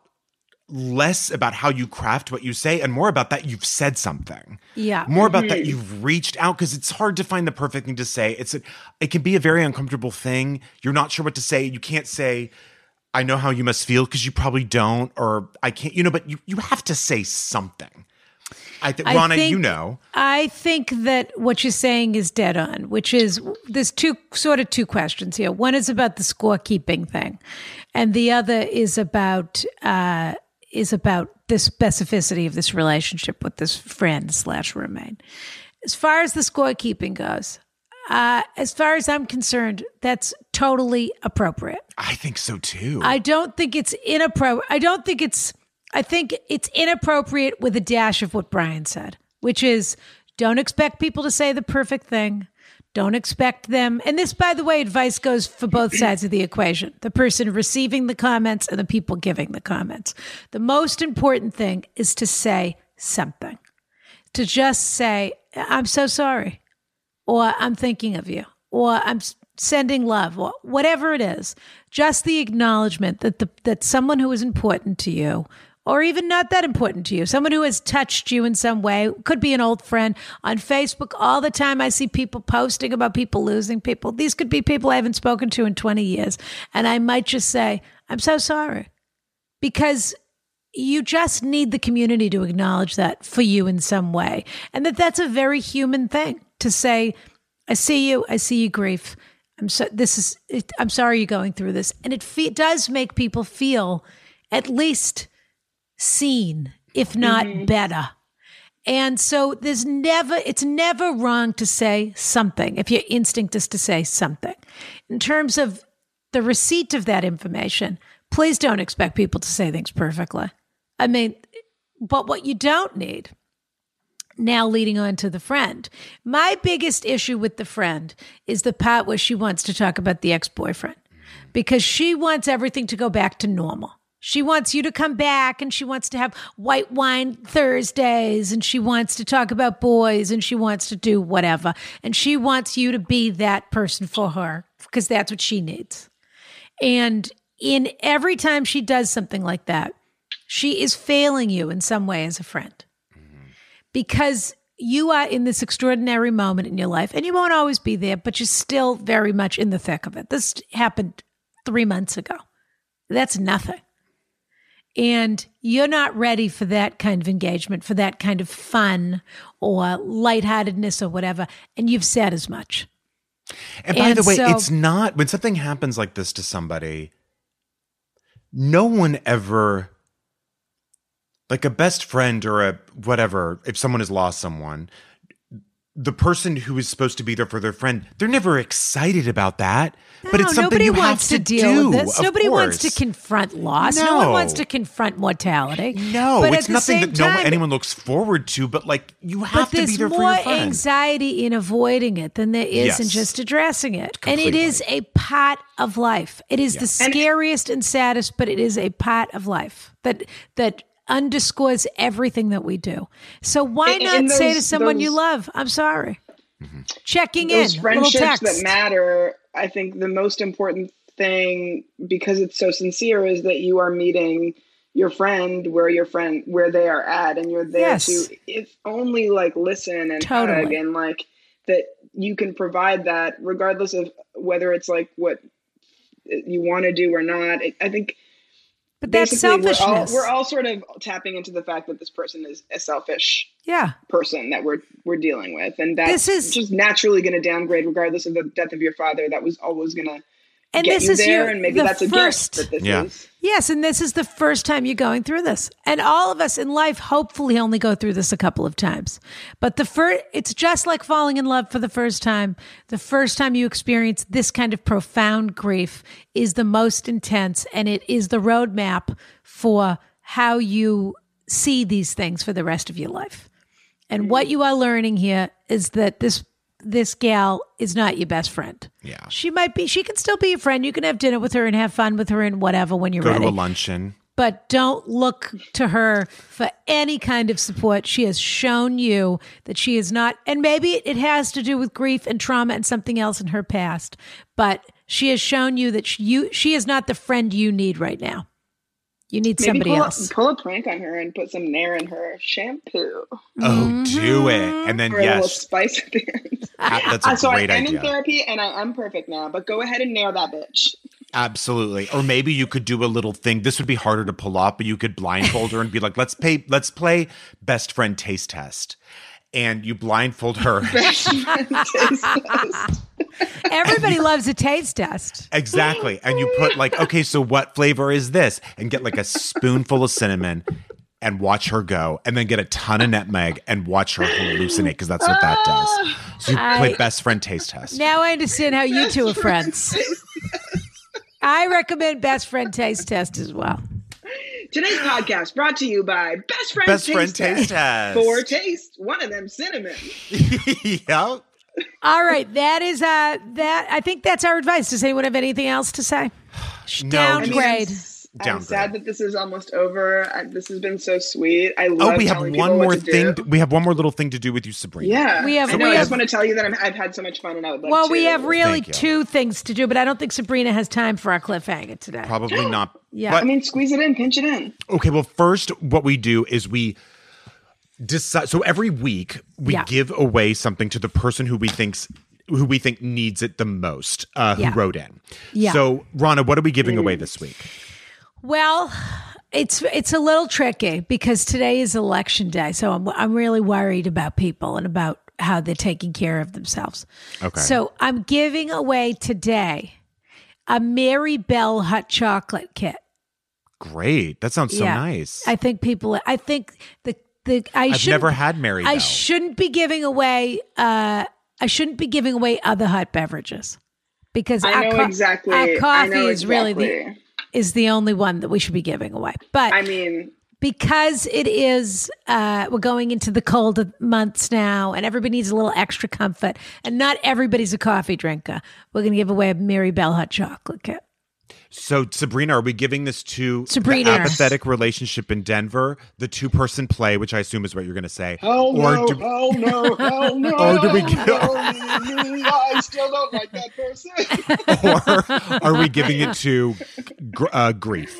less about how you craft what you say and more about that you've said something.
Yeah.
More about that you've reached out because it's hard to find the perfect thing to say. It's a, it can be a very uncomfortable thing. You're not sure what to say. You can't say I know how you must feel because you probably don't or I can't you know but you you have to say something. I think
I
Rana,
think-
you know.
I think that what you're saying is dead on, which is there's two sort of two questions here. One is about the scorekeeping thing, and the other is about uh, is about the specificity of this relationship with this friend slash roommate. As far as the scorekeeping goes, uh, as far as I'm concerned, that's totally appropriate.
I think so too.
I don't think it's inappropriate. I don't think it's. I think it's inappropriate with a dash of what Brian said, which is don't expect people to say the perfect thing. Don't expect them. And this, by the way, advice goes for both sides of the equation the person receiving the comments and the people giving the comments. The most important thing is to say something, to just say, I'm so sorry or I'm thinking of you, or I'm s- sending love, or whatever it is. Just the acknowledgement that the, that someone who is important to you, or even not that important to you, someone who has touched you in some way, could be an old friend on Facebook. All the time, I see people posting about people losing people. These could be people I haven't spoken to in 20 years, and I might just say, "I'm so sorry," because you just need the community to acknowledge that for you in some way and that that's a very human thing to say i see you i see you grief i'm so this is it, i'm sorry you're going through this and it fe- does make people feel at least seen if not better and so there's never, it's never wrong to say something if your instinct is to say something. In terms of the receipt of that information, please don't expect people to say things perfectly. I mean, but what you don't need now leading on to the friend. My biggest issue with the friend is the part where she wants to talk about the ex boyfriend because she wants everything to go back to normal. She wants you to come back and she wants to have white wine Thursdays and she wants to talk about boys and she wants to do whatever. And she wants you to be that person for her because that's what she needs. And in every time she does something like that, she is failing you in some way as a friend because you are in this extraordinary moment in your life and you won't always be there, but you're still very much in the thick of it. This happened three months ago. That's nothing. And you're not ready for that kind of engagement, for that kind of fun or lightheartedness or whatever. And you've said as much.
And by
And
the way,
so-
it's not when something happens like this to somebody, no one ever like a best friend or a whatever, if someone has lost someone, the person who is supposed to be there for their friend, they're never excited about that. but it's
no,
something
nobody
you
wants
have to,
deal
do,
with this.
of
Nobody wants to
course.
confront loss. No. one
No.
wants to confront mortality.
No,
but at
it's
the
nothing
same
that no
time,
anyone looks forward to, but like you have
but
to
there's
be there
more
for your friend.
anxiety in avoiding it than there is in
Yes.
just addressing it and it is a part of life it is the
And-
scariest and saddest but it is a part of life that that underscores everything that we do so why
And-
not
and
say to
those-
someone you
those-
love i'm sorry
Mm-hmm.
checking
Those
in little
friendships
text
that matter, I think the most important thing because it's so sincere is that you are meeting your friend where your friend where they are at and you're there
Yes.
to if only like listen and hug
Totally.
and like that you can provide that regardless of whether it's like what you want to do or not. I I think
But that's
basically, we're all-
selfishness.
We're all, sort of tapping into the fact that this person is a selfish
yeah.
person that we're we're dealing with, and that's
This is-
just naturally going to downgrade, regardless of the death of your father. That was always going to
And
get
this
you
is
there,
your
and maybe
the
that's a
first.
gift that this
Yeah.
is.
Yes, and this is the first time you're going through this. And all of us in life hopefully only go through this a couple of times. But the first it's just like falling in love for the first time. The first time you experience this kind of profound grief is the most intense and it is the roadmap for how you see these things for the rest of your life. And
Mm-hmm.
what you are learning here is that this this gal is not your best friend.
Yeah.
She might be she can still be your friend. You can have dinner with her and have fun with her and whatever when you're
Go
ready.
to a luncheon.
but don't look to her for any kind of support. She has shown you that she is not and maybe it has to do with grief and trauma and something else in her past, but she has shown you that she, you she is not the friend you need right now. You need
Maybe
somebody
pull,
else.
A, pull a prank on her and put some nair in her shampoo
Mm-hmm.
Oh, do it. And then,
or a little
yes,
spice at the end.
a- that's a
so I
great
am
idea.
in therapy and I am perfect now, but go ahead and nair that bitch.
Absolutely. Or maybe you could do a little thing. This would be harder to pull off, but you could blindfold her and be like, let's pay let's play best friend taste test. And you blindfold her.
Everybody loves a taste test.
exactly. And you put like, okay, so what flavor is this? And get like a spoonful of cinnamon and watch her go. And then get a ton of nutmeg and watch her hallucinate because that's what that does. So you play best friend taste test.
Now I understand how you two are friends. I recommend best friend taste test as well.
Today's podcast brought to you by Best Friend
Best
Taste
friend taste
Test.
test.
Four tastes, one of them cinnamon.
yep.
All right, that is uh that I think that's our advice. Does anyone have anything else to say?
No,
I
just-
mean, I'm
Downgrade.
s- I'm
Downgrade.
sad that this is almost over. I, this has been so sweet. I love
Oh, we have
telling
one
people what
more
to
thing.
Do.
We have one more little thing to do with you, Sabrina.
Yeah,
We have-
I know.
we
I
have-
just want to tell you that I'm, I've had so much fun, and I would love.
Well,
to.
we have really
Thank you.
two things to do, but I don't think Sabrina has time for our cliffhanger today.
Probably not.
Yeah.
But-
I mean, squeeze it in, pinch it in.
Okay, well, first, what we do is we decide. So every week, we
Yeah.
give away something to the person who we thinks who we think needs it the most, uh, who
Yeah.
wrote in.
Yeah.
So, Rana, what are we giving away this week?
Well, it's it's a little tricky because today is election day, so I'm I'm really worried about people and about how they're taking care of themselves.
Okay.
So I'm giving away today a Mary Bell hot chocolate kit.
Great. That sounds so nice.
I think people. I think the the I
I've
shouldn't-
never had Mary
I
Bell.
shouldn't be giving away. uh I shouldn't be giving away other hot beverages because
I
our
know
co-
exactly.
Our
I
coffee
know
is really the
exactly.
is the only one that we should be giving away. But
I mean,
because it is uh, we're going into the colder months now and everybody needs a little extra comfort and not everybody's a coffee drinker we're going to give away a mary bell hot chocolate kit
so, Sabrina, are we giving this to
Sabrina.
the apathetic relationship in Denver, the two person play, which I assume is what you're going to say?
hell
or
no,
do we-
hell no, hell no.
Or do we give-
no, I still don't like that person.
or are we giving it to gr- uh, grief?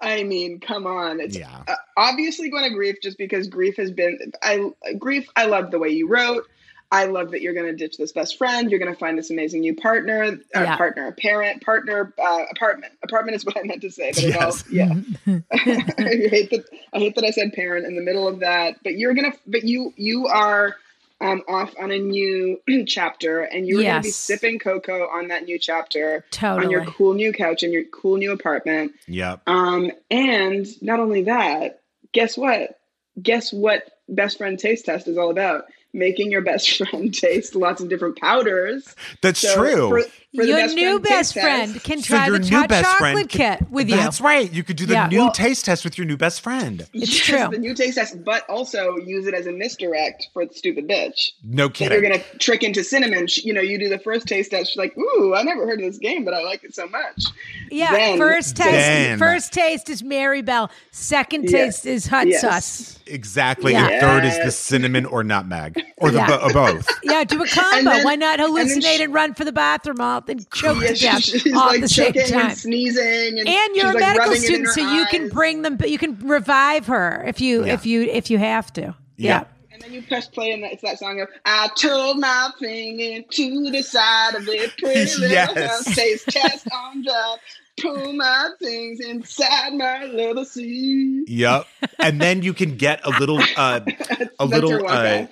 I mean, come on. It's
Yeah.
uh, obviously going to grief just because grief has been I grief I love the way you wrote. I love that you're going to ditch this best friend. You're going to find this amazing new partner, uh,
Yeah.
partner, a parent, partner, uh, apartment. Apartment is what I meant to say, but it all,
Yes.
yeah.
Mm-hmm.
I hate that I hate that I said parent in the middle of that. But you're gonna, but you you are um, off on a new chapter, and you're gonna be
Yes.
sipping cocoa on that new chapter on your
Totally.
cool new couch in your cool new apartment.
Yep.
Um, and not only that, guess what? Guess what? Best friend taste test is all about making your best friend taste lots of different powders.
That's
So
true.
For, for the
your
best
new
friend
best
taste test-
friend can try the hot chocolate kit with you
That's right. You could do the
Yeah.
new
Well-
taste test with your new best friend.
it's
use
true
The new taste test, but also use it as a misdirect for the stupid bitch.
No
That you're
kidding.
gonna trick into cinnamon. Sh- You know, you do the first taste test. She's like, "Ooh, I never heard of this game, but I like it so much."
yeah
Then-
first taste
Then-
first taste is mary bell second taste is hot
Yes.
sauce
exactly.
Yeah.
And third is the
Yes.
cinnameg or nutmeg or the
Yeah.
bo- or both.
yeah do a combo
then-
why not
and then
hallucinate and,
she-
run for the bathroom all then choke
Yeah,
to death
she- she's
all at
like
the same
choking
time
and sneezing, and,
and you're
she's
a
like
medical
rubbing it
student
in her
so you can
eyes.
bring them but you can revive her if you
Yeah.
if you if you have to yeah,
And then you press play, and it's that song of "I turned my finger to the side of it, pretty little
Yes.
house, taste test on drop." pull my things inside my little seat.
Yep. And then you can get a little uh, a
That's your
little
one
uh,
guy.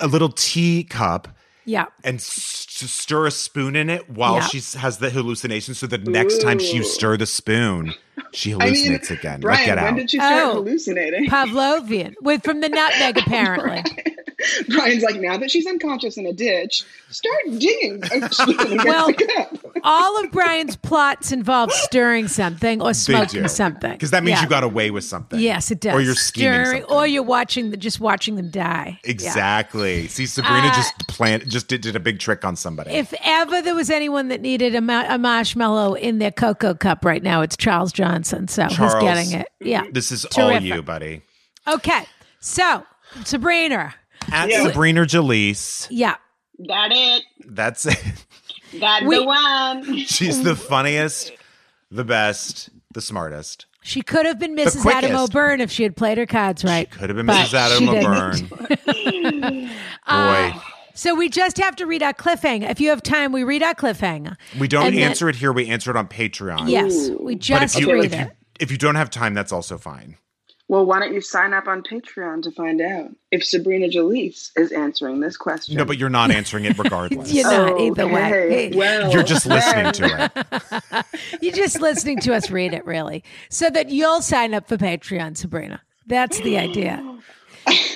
a little tea cup
Yeah.
and s- s- stir a spoon in it while
Yeah.
she s- has the hallucination. So the next time she, you
Ooh.
stir the spoon, she
I mean,
hallucinates again.
Brian,
like, get
when
out.
did you start
Oh.
hallucinating?
Pavlovian with from the nutmeg apparently.
Brian's like, now that she's unconscious in a ditch, start digging a spoon against
Well,
the cup.
All of Brian's plots involve stirring something or smoking
do.
something.
Because that means
Yeah.
you got away with something.
Yes, it does.
Or you're scheming
Stirring-
something.
or you're watching the, just watching them die. Yeah. Uh,
Exactly. See, Sabrina just planned, just did, did a big trick on somebody.
If ever there was anyone that needed a, ma- a marshmallow in their cocoa cup right now, it's Charles Johnson. So
Charles.
he's getting it. Yeah.
this is all
Terrific.
you, buddy.
Okay. So, Sabrina.
At
Yeah.
Sabrina Jalise,
Yeah.
That it.
that's it.
That
We-
the one.
She's the
Mm.
funniest, the best, the smartest.
She could have been Mrs. Adam
quickest.
O'Byrne if she had played her cards right.
Could have been
But
Mrs. Adam
she Uh, didn't.
O'Byrne. Boy.
So we just have to read our cliffhanger. If you have time, we read our cliffhanger.
we don't
and then-
answer it here. We answer it on Patreon.
Yes, we
But if
just
you,
read
if, you,
it.
if you don't have time, that's also fine.
Well, why don't you sign up on Patreon to find out if Sabrina Jalise is answering this question?
No, but you're not answering it regardless.
You know. not either way.
okay. Well,
You're just listening to it.
You're just listening to us read it, really, so that you'll sign up for Patreon, Sabrina. That's the idea.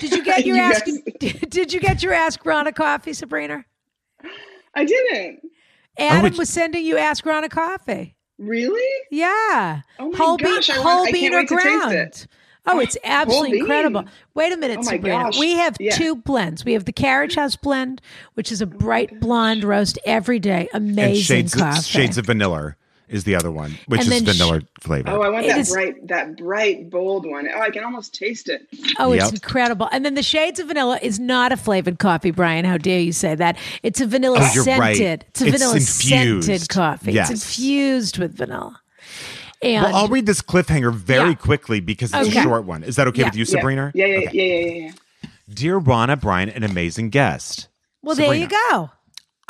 Did you get your
You
ask?
guys-
Did you get your Ask Ron a coffee, Sabrina?
I didn't.
Adam
it's-
was sending you Ask Ron a coffee.
Really?
Yeah.
Oh my
whole
gosh,
bean,
I
whole
want- I
bean
can't
or
wait to taste
ground.
it.
Oh, it's absolutely
bean.
incredible. Wait a minute,
Oh my
Sabrina.
gosh,
We have
yeah. Oh
two blends. We have the Carriage House blend, which is a bright blonde roast every day. Amazing
And shades
coffee.
of, shades of vanilla is the other one, which
And
is
then sh-
vanilla flavored.
Oh, I want
It
that
is-
bright, that bright, bold one. Oh, I can almost taste it.
Oh, it's
Yep.
incredible. And then the Shades of Vanilla is not a flavored coffee, Brian. How dare you say that? It's a vanilla
Oh, you're right.
scented. It's a
It's
vanilla
infused.
scented coffee.
Yes.
It's infused with vanilla. And
Well, I'll read this cliffhanger very
Yeah.
quickly because it's
Okay.
a short one. Is that okay
Yeah.
with you, Sabrina?
Yeah, yeah,
Okay.
yeah, yeah, yeah, yeah.
Dear Juana, Brian, an amazing guest.
well there you go.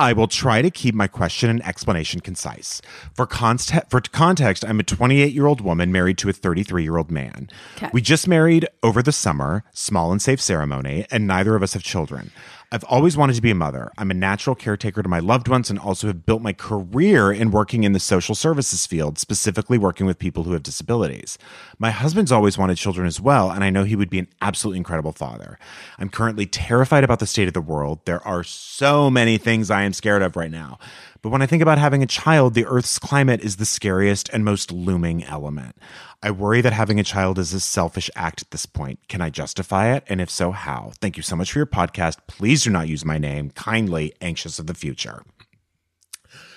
I will try to keep my question and explanation concise. For, const- for context, I'm a 28 year old woman married to a 33 year old man. We just married over the summer, small and safe ceremony, and neither of us have children. I've always wanted to be a mother. I'm a natural caretaker to my loved ones and also have built my career in working in the social services field, specifically working with people who have disabilities. My husband's always wanted children as well, and I know he would be an absolutely incredible father. I'm currently terrified about the state of the world. There are so many things I am scared of right now. But when I think about having a child, the Earth's climate is the scariest and most looming element. I worry that having a child is a selfish act at this point. Can I justify it? And if so, how? Thank you so much for your podcast. Please do not use my name. Kindly, anxious of the future.